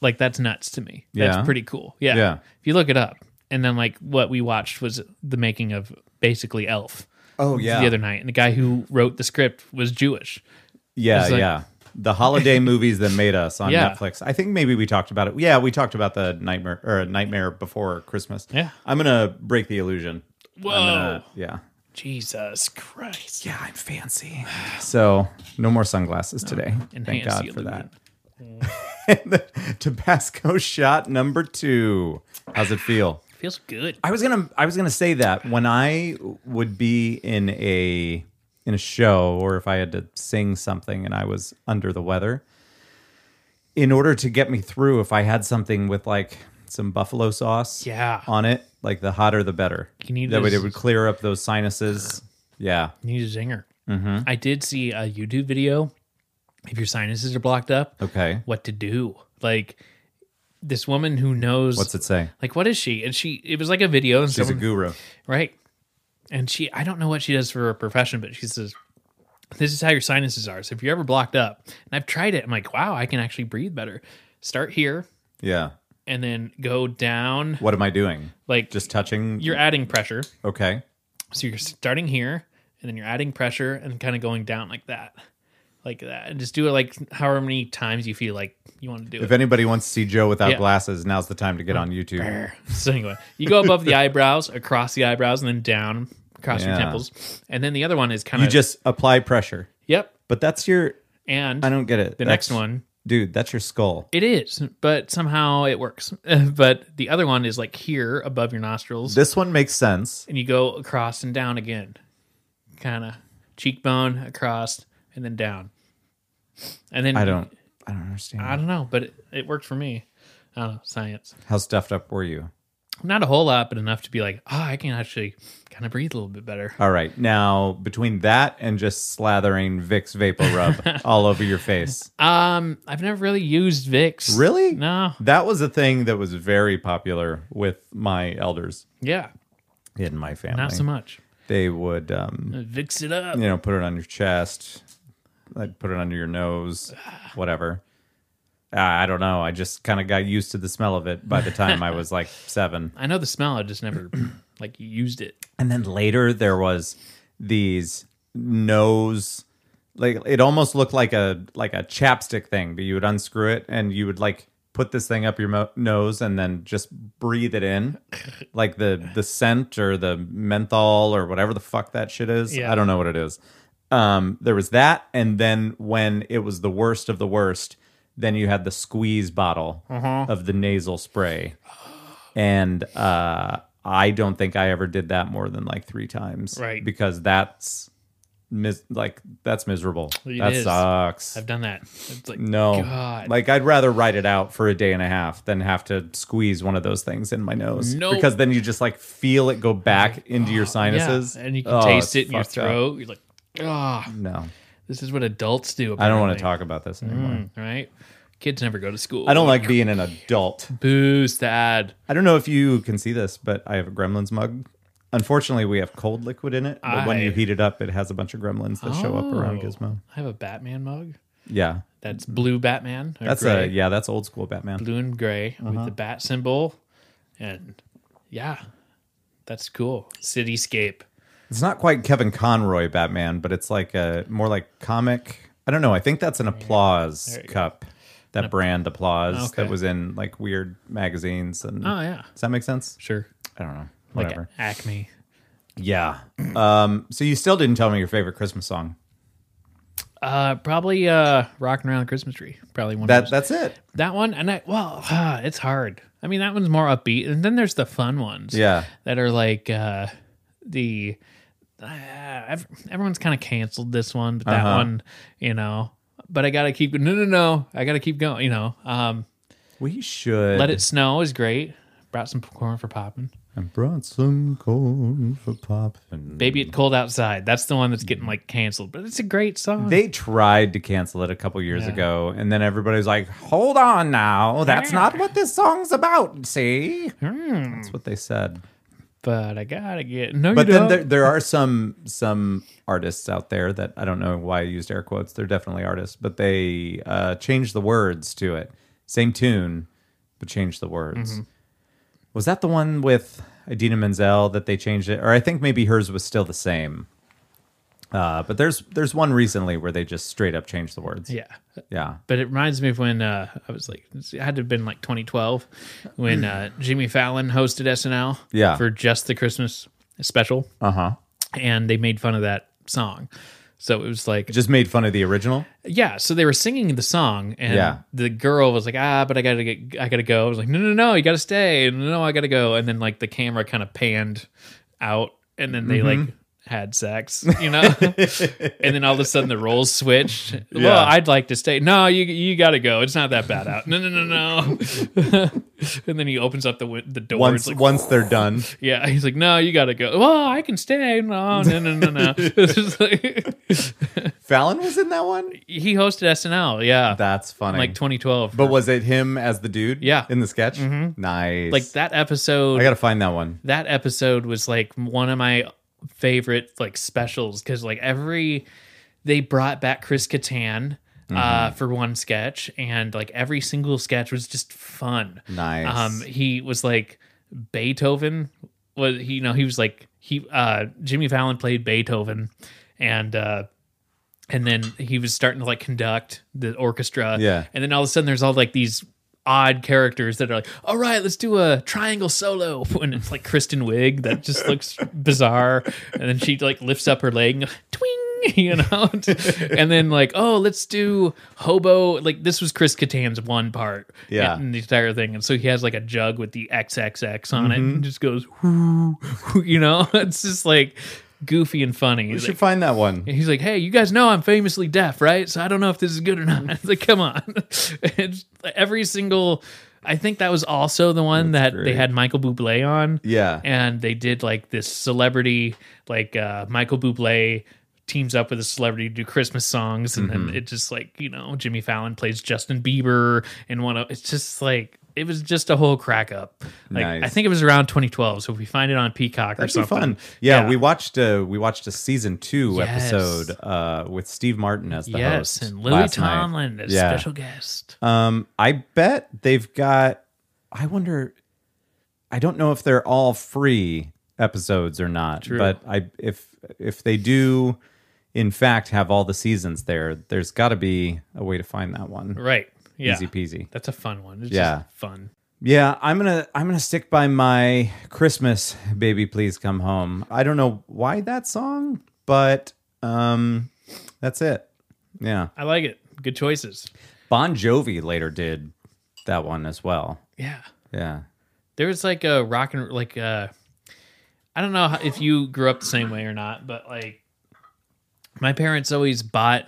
Speaker 2: Like that's nuts to me. That's
Speaker 1: Yeah.
Speaker 2: pretty cool. Yeah.
Speaker 1: Yeah.
Speaker 2: If you look it up. And then like what we watched was the making of basically Elf
Speaker 1: Oh yeah,
Speaker 2: the other night. And the guy who wrote the script was Jewish.
Speaker 1: yeah,
Speaker 2: it's like-
Speaker 1: yeah. The
Speaker 2: [LAUGHS]
Speaker 1: holiday movies that made us on
Speaker 2: Yeah.
Speaker 1: Netflix. I think maybe we talked about it. Yeah, we talked about the nightmare or Nightmare Before Christmas.
Speaker 2: Yeah. Oh.
Speaker 1: I'm gonna break the illusion.
Speaker 2: Whoa.
Speaker 1: I'm gonna- yeah.
Speaker 2: Jesus Christ.
Speaker 1: Yeah, I'm fancy. So no more sunglasses
Speaker 2: [SIGHS]
Speaker 1: today. Thank
Speaker 2: enhance
Speaker 1: God
Speaker 2: the
Speaker 1: for that.
Speaker 2: illusion.
Speaker 1: [LAUGHS] Tabasco shot number two. How's it feel?
Speaker 2: Feels good.
Speaker 1: I was gonna I was gonna say that when I would be in a in a show or if I had to sing something and I was under the weather, in order to get me through, if I had something with like some buffalo sauce
Speaker 2: Yeah.
Speaker 1: on it, like the hotter the better.
Speaker 2: You need
Speaker 1: that way
Speaker 2: this-
Speaker 1: it would clear up those
Speaker 2: [CLEARS THROAT]
Speaker 1: sinuses. Yeah. Mm-hmm.
Speaker 2: Need a zinger. I did see a YouTube video. If your sinuses are blocked up,
Speaker 1: Okay.
Speaker 2: what to do. Like this woman who knows
Speaker 1: What's it say?
Speaker 2: like what is she? And she it was like a video and
Speaker 1: She's a
Speaker 2: someone-
Speaker 1: guru.
Speaker 2: right. And she I don't know what she does for her profession, but she says this is how your sinuses are. So if you're ever blocked up, and I've tried it, I'm like, wow, I can actually breathe better. Start here
Speaker 1: Yeah.
Speaker 2: and then go down.
Speaker 1: What am I doing?
Speaker 2: Like
Speaker 1: Just touching
Speaker 2: you're adding pressure.
Speaker 1: Okay.
Speaker 2: So you're starting here and then you're adding pressure and kind of going down like that. Like that. And just do it like however many times you feel like you want to do it.
Speaker 1: If anybody wants to see Joe without
Speaker 2: Yeah. Oh,
Speaker 1: glasses, now's the time to get on YouTube.
Speaker 2: So anyway, you go above the eyebrows, across the eyebrows, and then down across your
Speaker 1: Yeah.
Speaker 2: temples, and then the other one is kind
Speaker 1: You
Speaker 2: of
Speaker 1: just apply pressure.
Speaker 2: yep.
Speaker 1: But that's your
Speaker 2: And
Speaker 1: I don't get it.
Speaker 2: the
Speaker 1: That's-
Speaker 2: next one,
Speaker 1: Dude, that's your skull.
Speaker 2: it is, but somehow it works. [LAUGHS] but the other one is like here above your nostrils,
Speaker 1: This one makes sense.
Speaker 2: and you go across and down again, kind of cheekbone across and then down, and then
Speaker 1: I don't I don't understand.
Speaker 2: I don't know, but it, it worked for me. I don't know science.
Speaker 1: How stuffed up were you?
Speaker 2: Not a whole lot, but enough to be like, oh, I can actually kind of breathe a little bit better.
Speaker 1: All right. Now between that and just slathering Vicks Vapor
Speaker 2: [LAUGHS]
Speaker 1: Rub all over your face.
Speaker 2: Um, I've never really used Vicks.
Speaker 1: Really?
Speaker 2: No.
Speaker 1: That was a thing that was very popular with my elders
Speaker 2: Yeah.
Speaker 1: in my family.
Speaker 2: Not so much.
Speaker 1: They would um,
Speaker 2: Vicks it up.
Speaker 1: you know, put it on your chest, like put it under your nose, whatever. Uh, I don't know. I just kind of got used to the smell of it by the time I was like seven.
Speaker 2: I know the smell. I just never [CLEARS THROAT] like used it.
Speaker 1: [LAUGHS] And then later there was these nose, like it almost looked like a like a chapstick thing, but you would unscrew it and you would like put this thing up your mo- nose and then just breathe it
Speaker 2: [LAUGHS]
Speaker 1: in, like the the scent or the menthol or whatever the fuck that shit is.
Speaker 2: Yeah.
Speaker 1: I don't know what it is. Um, there was that, and then when it was the worst of the worst, then you had the squeeze bottle
Speaker 2: Uh-huh.
Speaker 1: of the nasal spray and uh, I don't think I ever did that more than like three times,
Speaker 2: Right.
Speaker 1: Because that's mis- like that's miserable.
Speaker 2: It
Speaker 1: that
Speaker 2: is.
Speaker 1: sucks.
Speaker 2: I've done that. It's like
Speaker 1: no,
Speaker 2: God.
Speaker 1: like I'd rather write it out for a day and a half than have to squeeze one of those things in my nose.
Speaker 2: Nope.
Speaker 1: because then you just like feel it go back into your
Speaker 2: yeah.
Speaker 1: sinuses,
Speaker 2: and you can
Speaker 1: Oh, it's
Speaker 2: taste it in your
Speaker 1: fucked up.
Speaker 2: throat. You're like, ah,
Speaker 1: No,
Speaker 2: this is what adults do.
Speaker 1: I don't want to
Speaker 2: apparently.
Speaker 1: talk about this anymore.
Speaker 2: Mm, right? Kids never go to school.
Speaker 1: I don't like being an adult.
Speaker 2: Boo, sad.
Speaker 1: I don't know if you can see this, but I have a gremlins mug. Unfortunately, we have cold liquid in it, but when you
Speaker 2: I-
Speaker 1: heat it up, it has a bunch of gremlins that show up around
Speaker 2: Oh.
Speaker 1: Gizmo.
Speaker 2: I have a Batman mug.
Speaker 1: Yeah.
Speaker 2: That's blue Batman. or
Speaker 1: That's
Speaker 2: gray.
Speaker 1: a yeah, that's old school Batman.
Speaker 2: blue and gray
Speaker 1: Uh-huh.
Speaker 2: with the bat symbol, and yeah, that's cool. Cityscape.
Speaker 1: It's not quite Kevin Conroy Batman, but it's like a more like comic. I don't know. I think that's an applause cup. That brand applause
Speaker 2: Okay.
Speaker 1: that was in like weird magazines and
Speaker 2: Oh yeah,
Speaker 1: Does that make sense?
Speaker 2: sure.
Speaker 1: I don't know.
Speaker 2: Like
Speaker 1: Whatever.
Speaker 2: Acme.
Speaker 1: yeah. Um, so you still didn't tell me your favorite Christmas song.
Speaker 2: Uh, probably uh, rocking around the Christmas tree. Probably one. of
Speaker 1: That
Speaker 2: those.
Speaker 1: that's it.
Speaker 2: that one, and I well, [SIGHS] ah, it's hard. I mean, that one's more upbeat, and then there's the fun ones.
Speaker 1: Yeah.
Speaker 2: that are like uh, the. Uh, ev- everyone's kind of canceled this one, but that
Speaker 1: Uh-huh.
Speaker 2: one, you know. But I gotta keep. No, no, no. I gotta keep going. You know. Um,
Speaker 1: We should
Speaker 2: Let It Snow is great. Brought some popcorn for popping.
Speaker 1: I brought some corn for popping.
Speaker 2: Baby It Cold Outside. That's the one that's getting like canceled, but it's a great song.
Speaker 1: They tried to cancel it a couple years
Speaker 2: Yeah.
Speaker 1: ago, and then everybody was like, "Hold on now, that's
Speaker 2: Mm.
Speaker 1: not what this song's about." See, that's what they said.
Speaker 2: but I gotta get no.
Speaker 1: But
Speaker 2: Mm. you
Speaker 1: then
Speaker 2: don't.
Speaker 1: there, there are some some artists out there that I don't know why I used air quotes. They're definitely artists, but they uh, changed the words to it. Same tune, but changed the words.
Speaker 2: Mm-hmm.
Speaker 1: Was that the one with Idina Menzel that they changed it? Or I think maybe hers was still the same. Uh, but there's there's one recently where they just straight up changed the words.
Speaker 2: yeah.
Speaker 1: Yeah.
Speaker 2: But it reminds me of when uh, I was like, it had to have been like 2012
Speaker 1: [CLEARS THROAT]
Speaker 2: when uh, Jimmy Fallon hosted SNL
Speaker 1: Yeah.
Speaker 2: for just the Christmas special,
Speaker 1: Uh huh.
Speaker 2: and they made fun of that song. So it was like,
Speaker 1: Just made fun of the original.
Speaker 2: Yeah, so they were singing the song, and
Speaker 1: Yeah.
Speaker 2: the girl was like, "Ah, but I gotta get, I gotta go." I was like, "No, no, no, you gotta stay." No, no, I gotta go. And then like the camera kind of panned out, and then they like
Speaker 1: Mm-hmm. [LAUGHS]
Speaker 2: had sex, you know. and then all of a sudden the roles switched. Well,
Speaker 1: Yeah.
Speaker 2: I'd like to stay. No, you you gotta go. It's not that bad out. No, no, no, no. [LAUGHS] and then he opens up the win- the door.
Speaker 1: Once
Speaker 2: it's like,
Speaker 1: once they're done.
Speaker 2: yeah, he's like, "No, you gotta go." Well, I can stay. No, no, no, no,
Speaker 1: [LAUGHS]
Speaker 2: no. [LAUGHS] It's just like-
Speaker 1: Fallon was in that one?
Speaker 2: he hosted SNL. Yeah.
Speaker 1: That's funny.
Speaker 2: like 2012.
Speaker 1: But was it him as the dude?
Speaker 2: Yeah. Mm-hmm.
Speaker 1: In the sketch? Nice.
Speaker 2: like that episode,
Speaker 1: I gotta find that one.
Speaker 2: that episode was like one of my favorite like specials because like every they brought back Chris Kattan uh, for one sketch, and like every single sketch was just fun.
Speaker 1: Nice.
Speaker 2: Um, he was like Beethoven was he? You know, he was like he. Uh, Jimmy Fallon played Beethoven, and uh, and then he was starting to like conduct the orchestra.
Speaker 1: Yeah.
Speaker 2: and then all of a sudden there's all like these odd characters that are like, all right, let's do a triangle solo, [LAUGHS] and it's like Kristen Wiig
Speaker 1: [LAUGHS]
Speaker 2: that just looks bizarre, and then she like lifts up her leg, and twing. [LAUGHS] You know, and then like, oh, let's do hobo. Like this was Chris Kattan's one part,
Speaker 1: Yeah.
Speaker 2: in the entire thing. And so he has like a jug with the XXX on it
Speaker 1: Mm-hmm.
Speaker 2: and just goes, "Whoo," [LAUGHS] you know, it's just like goofy and funny.
Speaker 1: we
Speaker 2: He's
Speaker 1: should
Speaker 2: like,
Speaker 1: find that one.
Speaker 2: he's like, hey, you guys know I'm famously deaf, right? So I don't know if this is good or not. [LAUGHS] It's like, come on. it's every single, I think that was also the one that they
Speaker 1: great.
Speaker 2: had Michael Bublé on
Speaker 1: Yeah.
Speaker 2: and they did like this celebrity like uh michael buble teams up with a celebrity to do christmas songs and
Speaker 1: Mm-hmm.
Speaker 2: then it just like you know jimmy fallon plays justin bieber and one of it's just like it was just a whole crack up like
Speaker 1: Nice.
Speaker 2: i think it was around 2012 so if we find it on peacock or
Speaker 1: That'd be fun.
Speaker 2: something
Speaker 1: Yeah,
Speaker 2: Yeah.
Speaker 1: we watched uh we watched a season two
Speaker 2: Yes.
Speaker 1: episode uh with Steve Martin as the
Speaker 2: yes
Speaker 1: host.
Speaker 2: and lily
Speaker 1: last night.
Speaker 2: tomlin as
Speaker 1: Yeah.
Speaker 2: special guest
Speaker 1: Um, I bet they've got. I wonder. I don't know if they're all free episodes or not,
Speaker 2: True.
Speaker 1: but I if if they do, in fact, have all the seasons there. There's got to be a way to find that one.
Speaker 2: right yeah
Speaker 1: Easy peasy.
Speaker 2: that's a fun one it's
Speaker 1: Yeah.
Speaker 2: just fun
Speaker 1: Yeah, I'm gonna I'm gonna stick by my Christmas baby. Please come home. I don't know why that song, but um, that's it. Yeah,
Speaker 2: i like it good choices
Speaker 1: Bon Jovi later did that one as well.
Speaker 2: yeah
Speaker 1: Yeah.
Speaker 2: There was like a rock and like uh I don't know how- if you grew up the same way or not, but like my parents always bought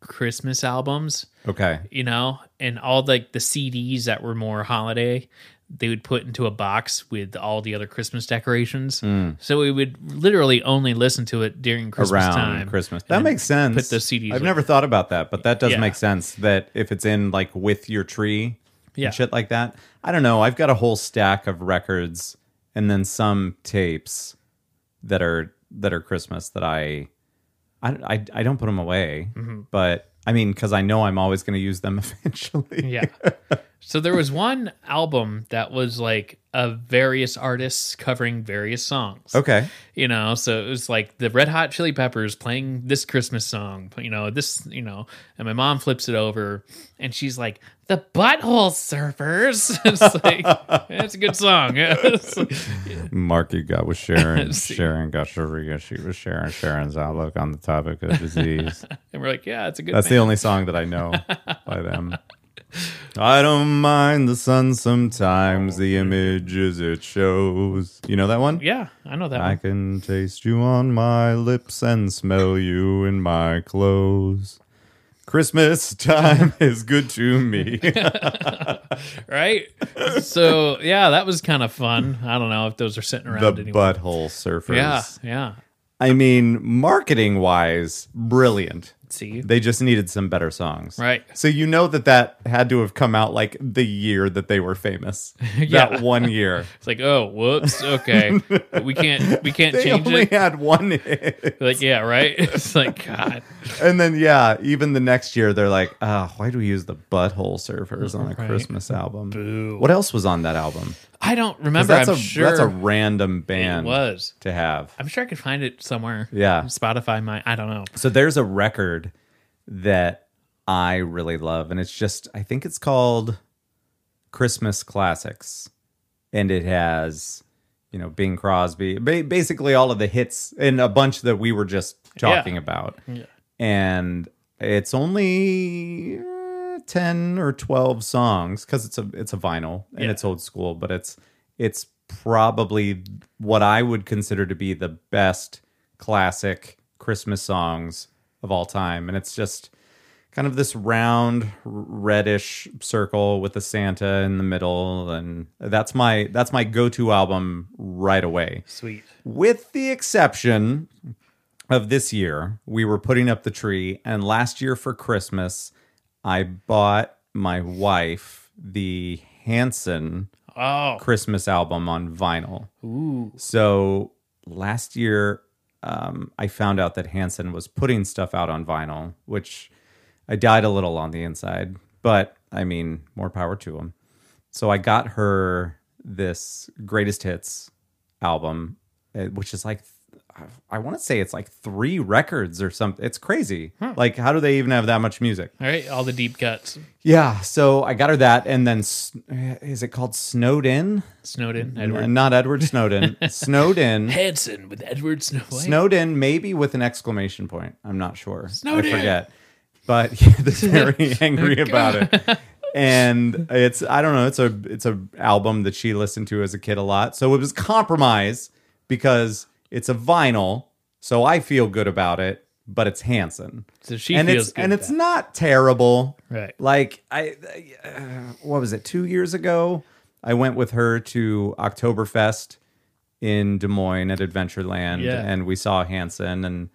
Speaker 2: Christmas albums,
Speaker 1: Okay.
Speaker 2: you know, and all like the CDs that were more holiday. they would put into a box with all the other Christmas decorations. So we would literally only listen to it during Christmas
Speaker 1: around
Speaker 2: time.
Speaker 1: Christmas.
Speaker 2: And
Speaker 1: That
Speaker 2: then
Speaker 1: makes sense.
Speaker 2: Put the CDs.
Speaker 1: I've
Speaker 2: in.
Speaker 1: never thought about that, but that does
Speaker 2: Yeah.
Speaker 1: make sense that if it's in like with your tree
Speaker 2: Yeah.
Speaker 1: and shit like that. I don't know. I've got a whole stack of records and then some tapes that are that are Christmas that I I I, I don't put them away,
Speaker 2: Mm-hmm.
Speaker 1: but I mean cuz I know I'm always going to use them [LAUGHS] eventually.
Speaker 2: Yeah. So there was one album that was like of various artists covering various songs.
Speaker 1: Okay.
Speaker 2: You know, so it was like the Red Hot Chili Peppers playing this Christmas song, you know, this, you know, and my mom flips it over and she's like, the Butthole Surfers. [LAUGHS] it's like, that's a good song. [LAUGHS] It's like-
Speaker 1: Marky got with Sharon.
Speaker 2: [LAUGHS] See.
Speaker 1: Sharon got Sharia. She was sharing Sharon's outlook on the topic
Speaker 2: [LAUGHS]
Speaker 1: of disease.
Speaker 2: and we're like, yeah, it's a good
Speaker 1: That's the
Speaker 2: band."
Speaker 1: only song that I know by them. I don't mind the sun sometimes, the images it shows. You know that one?
Speaker 2: Yeah, I know that
Speaker 1: I
Speaker 2: one.
Speaker 1: can taste you on my lips and smell you in my clothes. Christmas
Speaker 2: [LAUGHS]
Speaker 1: time is good to me.
Speaker 2: Right? so, yeah, that was kind of fun. I don't know if those are sitting
Speaker 1: [LAUGHS] the
Speaker 2: around anywhere.
Speaker 1: butthole surfers.
Speaker 2: Yeah, yeah.
Speaker 1: I mean, marketing wise, brilliant.
Speaker 2: See?
Speaker 1: They just needed some better songs.
Speaker 2: Right.
Speaker 1: So you know that that had to have come out like the year that they were famous.
Speaker 2: [LAUGHS] Yeah.
Speaker 1: That one
Speaker 2: [LAUGHS]
Speaker 1: year.
Speaker 2: It's like, oh,
Speaker 1: [LAUGHS]
Speaker 2: whoops, okay, we can't, we can't
Speaker 1: they
Speaker 2: change
Speaker 1: only
Speaker 2: it.
Speaker 1: had one hit.
Speaker 2: Like, yeah, right. [LAUGHS] It's like, God,
Speaker 1: And then yeah, even the next year they're like, "Ah, why do we use the butthole surfers on a
Speaker 2: Right.
Speaker 1: Christmas album?
Speaker 2: Boo.
Speaker 1: What else was on that album? 'Cause
Speaker 2: I don't remember.
Speaker 1: That's
Speaker 2: I'm
Speaker 1: a
Speaker 2: sure
Speaker 1: that's a random
Speaker 2: it
Speaker 1: band
Speaker 2: was.
Speaker 1: to have.
Speaker 2: I'm sure I could find it somewhere.
Speaker 1: Yeah.
Speaker 2: Spotify might. I don't know.
Speaker 1: So there's a record that I really love, and it's just I think it's called Christmas Classics, and it has you know Bing Crosby, ba- basically all of the hits and a bunch that we were just talking about, and it's only. eh, 10 or 12 songs cuz it's a it's a vinyl and
Speaker 2: Yeah.
Speaker 1: it's old school but it's it's probably what I would consider to be the best classic Christmas songs of all time. And it's just kind of this round r- reddish circle with the Santa in the middle. And that's my that's my go-to album right away.
Speaker 2: Sweet.
Speaker 1: With the exception of this year, we were putting up the tree, and last year for Christmas, I bought my wife the Hanson
Speaker 2: Oh,
Speaker 1: Christmas album on vinyl.
Speaker 2: ooh,
Speaker 1: So last year, um, I found out that Hanson was putting stuff out on vinyl, which I died a little on the inside, but I mean, more power to him. So I got her this greatest hits album, uh, which is like, I want to say it's like three records or something. It's crazy. Like, how do they even have that much music?
Speaker 2: all right, all the deep cuts,
Speaker 1: Yeah. So I got her that. And then, S- eh, is it called Snowed In?
Speaker 2: Snowden, Edward
Speaker 1: N- Not Edward [LAUGHS] Snowden. Snowed In.
Speaker 2: Hanson with Edward Snow. White.
Speaker 1: Snowden, maybe with an exclamation point. I'm not sure.
Speaker 2: Snowden!
Speaker 1: I forget. But [LAUGHS] yeah,
Speaker 2: [LAUGHS]
Speaker 1: they're very angry about it. And it's I don't know, it's a it's a album that she listened to as a kid a lot. So it was compromise because it's a vinyl, so I feel good about it, but it's Hanson.
Speaker 2: So she
Speaker 1: and
Speaker 2: feels
Speaker 1: it's
Speaker 2: good
Speaker 1: and
Speaker 2: with
Speaker 1: it's
Speaker 2: that.
Speaker 1: not terrible.
Speaker 2: Right.
Speaker 1: Like I uh, what was it? 2 years ago, I went with her to Oktoberfest in Des Moines at Adventureland
Speaker 2: Yeah.
Speaker 1: and we saw Hanson and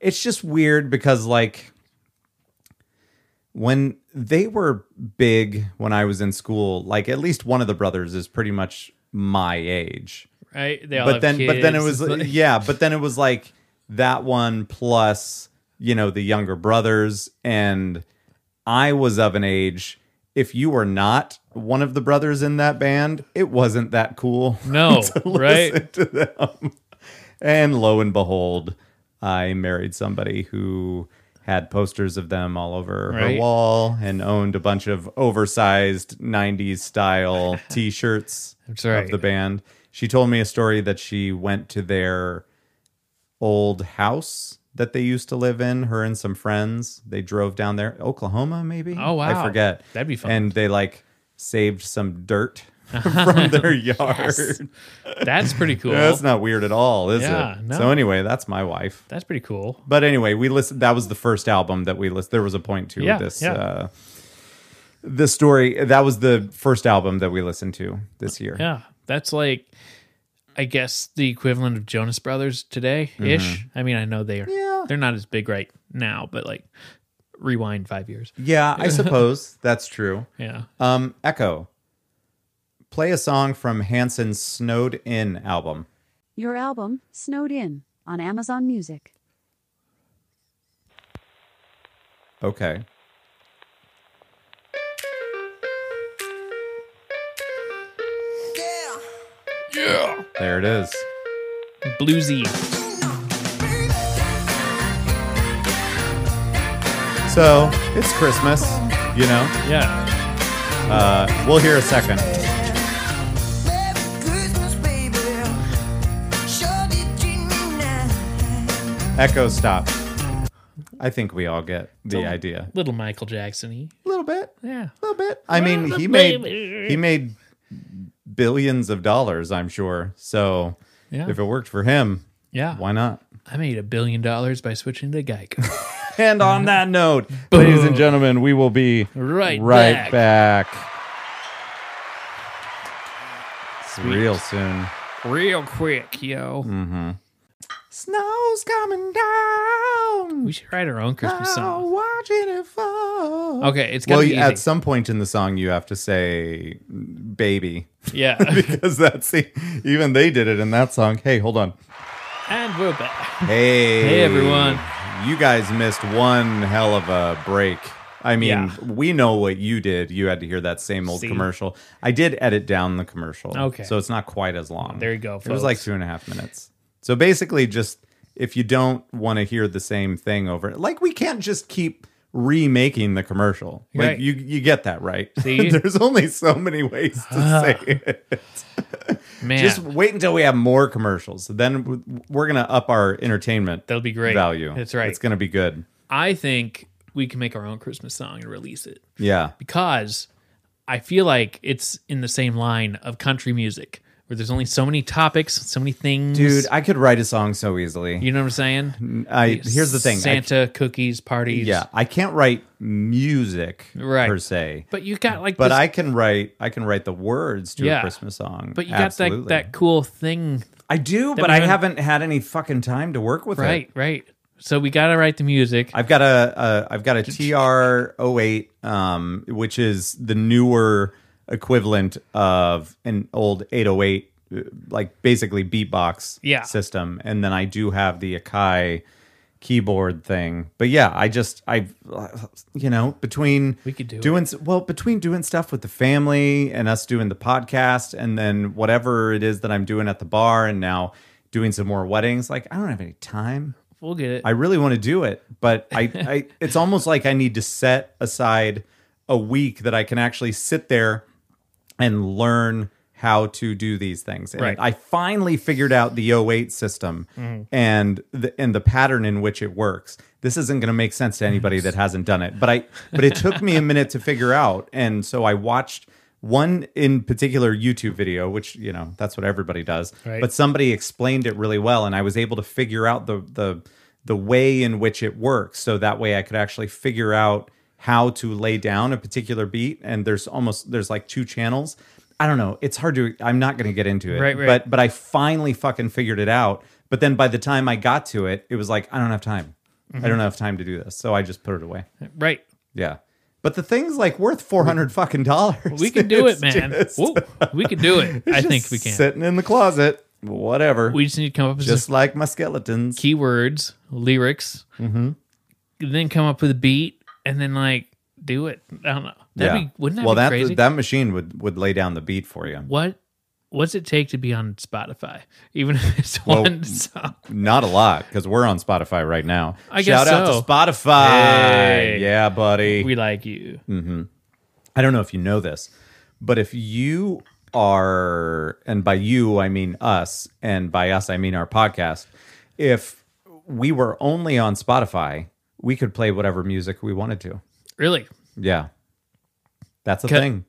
Speaker 1: it's just weird because like when they were big when I was in school, like at least one of the brothers is pretty much my age.
Speaker 2: right. They all
Speaker 1: But
Speaker 2: have
Speaker 1: then but then it was
Speaker 2: kids. [LAUGHS] It's like-
Speaker 1: yeah, but then it was like that one plus, you know, the younger brothers and I was of an age if you were not one of the brothers in that band, it wasn't that cool [LAUGHS]
Speaker 2: no, right.
Speaker 1: listen [LAUGHS] to them. And lo and behold, I married somebody who had posters of them all over
Speaker 2: Right.
Speaker 1: her wall and owned a bunch of oversized 90s
Speaker 2: [LAUGHS]
Speaker 1: style t-shirts
Speaker 2: That's right.
Speaker 1: of the band. She told me a story that she went to their old house that they used to live in, her and some friends. They drove down there, Oklahoma maybe?
Speaker 2: Oh, wow.
Speaker 1: I forget.
Speaker 2: That'd be fun.
Speaker 1: And they like saved some
Speaker 2: [LAUGHS]
Speaker 1: dirt [LAUGHS] from their yard. [LAUGHS]
Speaker 2: That's pretty cool.
Speaker 1: Yeah, That's not weird at all, is
Speaker 2: Yeah,
Speaker 1: it?
Speaker 2: no.
Speaker 1: So anyway, that's my wife.
Speaker 2: That's pretty cool.
Speaker 1: But anyway, we listened. That was the first album that we listened. There was a point to
Speaker 2: Yeah,
Speaker 1: this
Speaker 2: yeah.
Speaker 1: uh, the story that was the first album that we listened to this year.
Speaker 2: Yeah, that's like, I guess the equivalent of Jonas Brothers today ish. I mean, I know they are.
Speaker 1: Mm-hmm. Yeah.
Speaker 2: they're not as big right now, but like, rewind five years.
Speaker 1: Yeah, I [LAUGHS] suppose that's true.
Speaker 2: Yeah.
Speaker 1: Um, Echo, play a song from Hanson's Snowed In album.
Speaker 3: Your album, Snowed In, on Amazon Music.
Speaker 1: Okay. There it is.
Speaker 2: Bluesy.
Speaker 1: So it's Christmas, you know.
Speaker 2: Yeah.
Speaker 1: Uh, we'll hear a second. Echo stop. I think we all get the idea.
Speaker 2: Little Michael Jackson y.
Speaker 1: A little bit.
Speaker 2: Yeah.
Speaker 1: little bit. I mean, he made he made billions of dollars, I'm sure. So
Speaker 2: Yeah.
Speaker 1: if it worked for him,
Speaker 2: Yeah.
Speaker 1: why not?
Speaker 2: I made a billion dollars by switching
Speaker 1: [LAUGHS]
Speaker 2: to Geico.
Speaker 1: And on that note, ladies and gentlemen, we will be
Speaker 2: Mm-hmm. Right
Speaker 1: right back. It's Real soon.
Speaker 2: Real quick, yo.
Speaker 1: Mm. Snow's coming down.
Speaker 2: We should write our own Christmas song.
Speaker 1: watching it fall.
Speaker 2: Okay, it's
Speaker 1: Well,
Speaker 2: gonna
Speaker 1: you-
Speaker 2: be
Speaker 1: at
Speaker 2: easy.
Speaker 1: some point in the song, you have to say "baby" [LAUGHS]
Speaker 2: yeah.
Speaker 1: because that's the, even they did it in that song. Hey, hold on.
Speaker 2: and we're back.
Speaker 1: Hey,
Speaker 2: Hey, everyone.
Speaker 1: You guys missed one hell of a break. I mean,
Speaker 2: Yeah.
Speaker 1: we know what you did. You had to hear that same old
Speaker 2: See?
Speaker 1: commercial. I did edit down the commercial.
Speaker 2: Okay.
Speaker 1: So it's not quite as long.
Speaker 2: There you go,
Speaker 1: It was like
Speaker 2: folks.
Speaker 1: two and a half minutes. So basically, just if you don't want to hear the same thing over, like we can't just keep remaking the commercial. Like
Speaker 2: Right.
Speaker 1: you, you get that, right?
Speaker 2: See?
Speaker 1: [LAUGHS]
Speaker 2: Ah.
Speaker 1: There's only so many ways to say it.
Speaker 2: Man,
Speaker 1: Just wait until we have more commercials. Then w- we're gonna up our entertainment.
Speaker 2: That'll be great.
Speaker 1: Value.
Speaker 2: That's right.
Speaker 1: It's gonna be good.
Speaker 2: I think we can make our own Christmas song and release it
Speaker 1: Yeah.
Speaker 2: because I feel like it's in the same line of country music where there's only so many topics, so many things.
Speaker 1: Dude, I could write a song so easily.
Speaker 2: you know what I'm saying?
Speaker 1: I here's the thing. I-
Speaker 2: Santa, cookies, parties.
Speaker 1: yeah, I can't write music
Speaker 2: Right.
Speaker 1: per se,
Speaker 2: But you got like
Speaker 1: but
Speaker 2: this,
Speaker 1: I can write. I can write the words to
Speaker 2: Yeah.
Speaker 1: a Christmas song.
Speaker 2: but you
Speaker 1: Absolutely.
Speaker 2: got that that cool thing.
Speaker 1: I do,
Speaker 2: that
Speaker 1: but
Speaker 2: we
Speaker 1: I haven't
Speaker 2: haven't-
Speaker 1: had any fucking time to work with it.
Speaker 2: Right, right. So we gotta write the music.
Speaker 1: I've got a, a I've got a TR08, um, which is the newer equivalent of an old 808, uh, like basically beatbox
Speaker 2: Yeah.
Speaker 1: system. And then I do have the Akai keyboard thing. But yeah, I just I, you know, between
Speaker 2: We could do it.
Speaker 1: doing s- well between doing stuff with the family and us doing the podcast, and then whatever it is that I'm doing at the bar, and now doing some more weddings. Like I don't have any time.
Speaker 2: We'll get it.
Speaker 1: I really want to do it, but I,
Speaker 2: [LAUGHS]
Speaker 1: I it's almost like I need to set aside a week that I can actually sit there and learn how to do these things. And
Speaker 2: Right. Mm-hmm.
Speaker 1: I finally figured out the 08 system and the and the pattern in which it works. This isn't going to make sense to anybody that hasn't done it, but I but it took me a minute to figure out and so I watched one in particular YouTube video, which you know that's what everybody does,
Speaker 2: Right.
Speaker 1: but somebody explained it really well, and I was able to figure out the the the way in which it works. So that way, I could actually figure out how to lay down a particular beat. And there's almost there's like two channels. I don't know. It's hard to. I'm not going to get into it.
Speaker 2: Right, right.
Speaker 1: But but I finally fucking figured it out. But then by the time I got to it, it was like I don't have time. I
Speaker 2: Mm-hmm.
Speaker 1: don't have time to do this. So I just put it away. [LAUGHS]
Speaker 2: right.
Speaker 1: Yeah. But the thing's like worth four hundred fucking dollars.
Speaker 2: We can do it,
Speaker 1: [LAUGHS] It's
Speaker 2: man.
Speaker 1: just-
Speaker 2: Woo. we can do
Speaker 1: [LAUGHS]
Speaker 2: it. I
Speaker 1: Just
Speaker 2: think we can.
Speaker 1: Sitting in the closet, whatever.
Speaker 2: We just need to come up with
Speaker 1: just
Speaker 2: some
Speaker 1: like my skeletons.
Speaker 2: keywords, lyrics,
Speaker 1: Mm-hmm.
Speaker 2: then come up with a beat, and then like do it. I don't know. That'd be, wouldn't that
Speaker 1: well,
Speaker 2: be
Speaker 1: that
Speaker 2: crazy?
Speaker 1: that machine would would lay down the beat for you.
Speaker 2: what what's it take to be on Spotify? Even if it's
Speaker 1: Well,
Speaker 2: one song.
Speaker 1: Not a lot because we're on Spotify right now.
Speaker 2: I guess
Speaker 1: Shout out
Speaker 2: so.
Speaker 1: to Spotify.
Speaker 2: Hey.
Speaker 1: Yeah, buddy.
Speaker 2: We like you.
Speaker 1: Mm. I don't know if you know this, but if you are, and by you, I mean us, and by us, I mean our podcast, if we were only on Spotify, we could play whatever music we wanted to.
Speaker 2: Really?
Speaker 1: Yeah. That's a
Speaker 2: Ca-
Speaker 1: thing.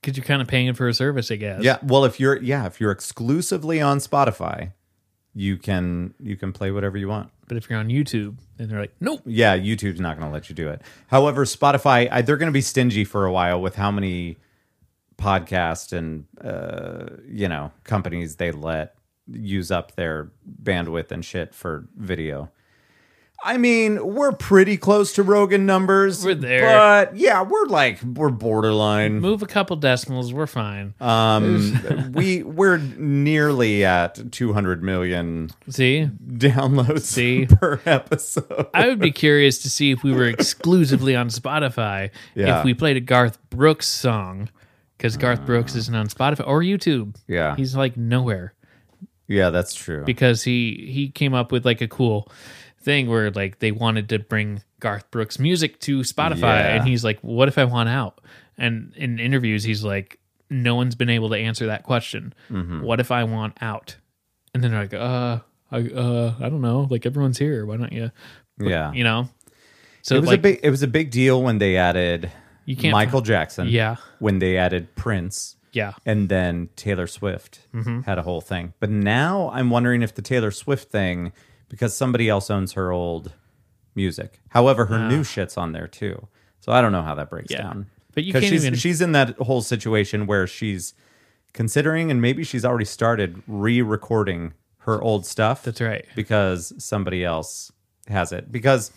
Speaker 2: Because you're kind of paying for a service, I guess.
Speaker 1: Yeah. Well, if you're, yeah, if you're exclusively on Spotify, you can you can play whatever you want.
Speaker 2: But if you're on YouTube, then they're like, nope.
Speaker 1: Yeah, YouTube's not going to let you do it. However, Spotify, I, they're going to be stingy for a while with how many podcasts and uh, you know companies they let use up their bandwidth and shit for video. I mean, we're pretty close to Rogan numbers.
Speaker 2: We're there.
Speaker 1: but yeah, we're like we're borderline.
Speaker 2: Move a couple decimals, we're fine.
Speaker 1: Um, [LAUGHS] we we're nearly at 200 million [LAUGHS]
Speaker 2: See,
Speaker 1: downloads [LAUGHS]
Speaker 2: See?
Speaker 1: per episode.
Speaker 2: I would be curious to see if we were exclusively on Spotify.
Speaker 1: Yeah.
Speaker 2: If we played a Garth Brooks song, because Garth Brooks isn't on Spotify or YouTube.
Speaker 1: Uh. Yeah.
Speaker 2: he's like nowhere
Speaker 1: yeah, that's true.
Speaker 2: because he he came up with like a cool thing where like they wanted to bring Garth Brooks music to Spotify,
Speaker 1: Yeah.
Speaker 2: and he's like, "What if I want out?" And in interviews, he's like, "No one's been able to answer that question.
Speaker 1: Mm-hmm.
Speaker 2: What if I want out?" And then they're like, "Uh, I uh, I don't know. Like everyone's here. Why don't you?"
Speaker 1: yeah.
Speaker 2: you know. So
Speaker 1: it was
Speaker 2: like
Speaker 1: a big it was a big deal when they added
Speaker 2: you can't
Speaker 1: Michael Jackson.
Speaker 2: Yeah.
Speaker 1: When they added Prince.
Speaker 2: Yeah,
Speaker 1: And then Taylor Swift
Speaker 2: Mm-hmm.
Speaker 1: had a whole thing. But now I'm wondering if the Taylor Swift thing, because somebody else owns her old music. However, her new shit's on there too. So I don't know how that breaks
Speaker 2: Ah. Yeah.
Speaker 1: down.
Speaker 2: But you
Speaker 1: 'Cause
Speaker 2: can't
Speaker 1: she's,
Speaker 2: even-
Speaker 1: She's in that whole situation where she's considering, and maybe she's already started re-recording her old stuff.
Speaker 2: That's right.
Speaker 1: Because somebody else has it. Because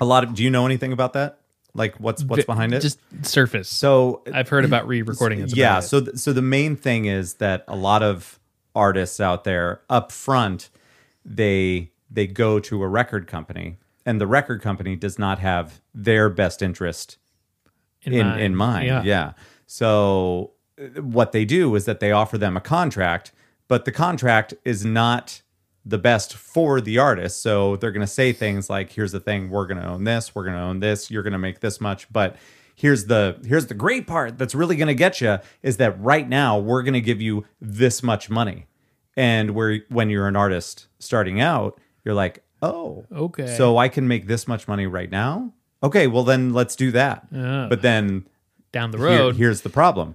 Speaker 1: a lot of. Do you know anything about that? Like what's what's behind it?
Speaker 2: Just surface. So
Speaker 1: so
Speaker 2: I've heard about re-recording. It's about
Speaker 1: yeah
Speaker 2: it.
Speaker 1: so th- so the main thing is that a lot of artists out there up front they they go to a record company and the record company does not have their best interest in in mind, yeah. so uh, what they do is that they offer them a contract but the contract is not the best for the artist so they're going to say things like here's the thing we're going to own this we're going to own this you're going to make this much but here's the here's the great part that's really going to get you is that right now we're going to give you this much money and where when you're an artist starting out you're like oh
Speaker 2: Okay.
Speaker 1: so i can make this much money right now okay well then let's do that but then
Speaker 2: down the
Speaker 1: here-
Speaker 2: road.
Speaker 1: here's the problem.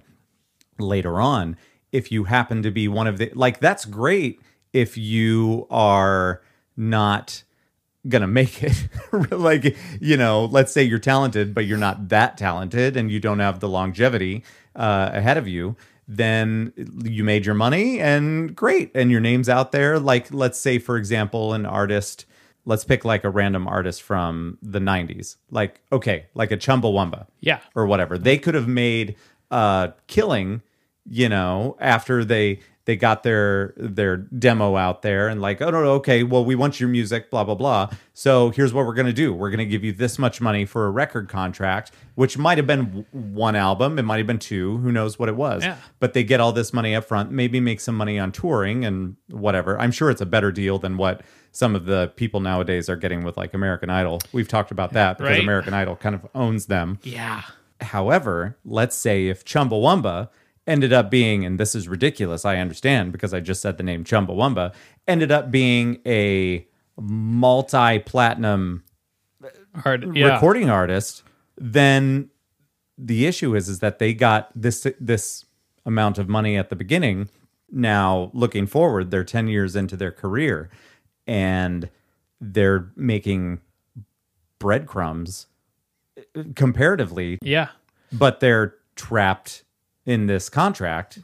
Speaker 1: Later on, if you happen to be one of the like, that's great if you are not gonna make it. [LAUGHS] like, you know, let's say you're talented, but you're not that talented and you don't have the longevity uh, ahead of you. Then you made your money and great, and your name's out there. Like, let's say, for example, an artist. Let's pick like a random artist from the '90s. Like, okay, like a Chumbawamba
Speaker 2: yeah,
Speaker 1: or whatever. They could have made uh killing, you know, after they they got their their demo out there and like, oh no, no, okay, well we want your music, blah blah blah. So here's what we're gonna do: we're gonna give you this much money for a record contract, which might have been w- one album, it might have been two, who knows what it was.
Speaker 2: Yeah.
Speaker 1: But they get all this money up front, maybe make some money on touring and whatever. I'm sure it's a better deal than what some of the people nowadays are getting with like American Idol. We've talked about that because
Speaker 2: Right.
Speaker 1: American Idol kind of owns them.
Speaker 2: yeah.
Speaker 1: However, let's say if Chumbawamba ended up being, and this is ridiculous, I understand because I just said the name Chumbawamba, ended up being a multi platinum
Speaker 2: Hard. Yeah.
Speaker 1: recording artist, then the issue is is that they got this this amount of money at the beginning. Now, looking forward, they're 10 years into their career and they're making breadcrumbs uh, comparatively
Speaker 2: Yeah.
Speaker 1: but they're trapped in this contract.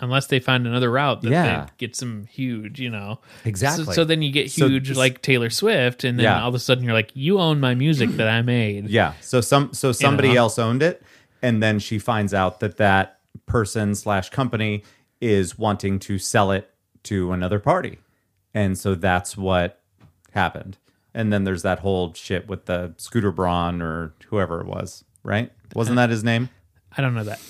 Speaker 2: Unless they find another route that
Speaker 1: Yeah.
Speaker 2: they get some huge, you know.
Speaker 1: Exactly.
Speaker 2: So, so then you get
Speaker 1: So
Speaker 2: huge
Speaker 1: this-
Speaker 2: like Taylor Swift, and then
Speaker 1: Yeah.
Speaker 2: all of a sudden you're like, you own my music
Speaker 1: [CLEARS THROAT]
Speaker 2: that I made.
Speaker 1: Yeah. So some so somebody
Speaker 2: know?
Speaker 1: else owned it, and then she finds out that that person slash company is wanting to sell it to another party, and so that's what happened. And then there's that whole shit with the Scooter Braun or whoever it was, right? Wasn't that his name?
Speaker 2: I don't know that.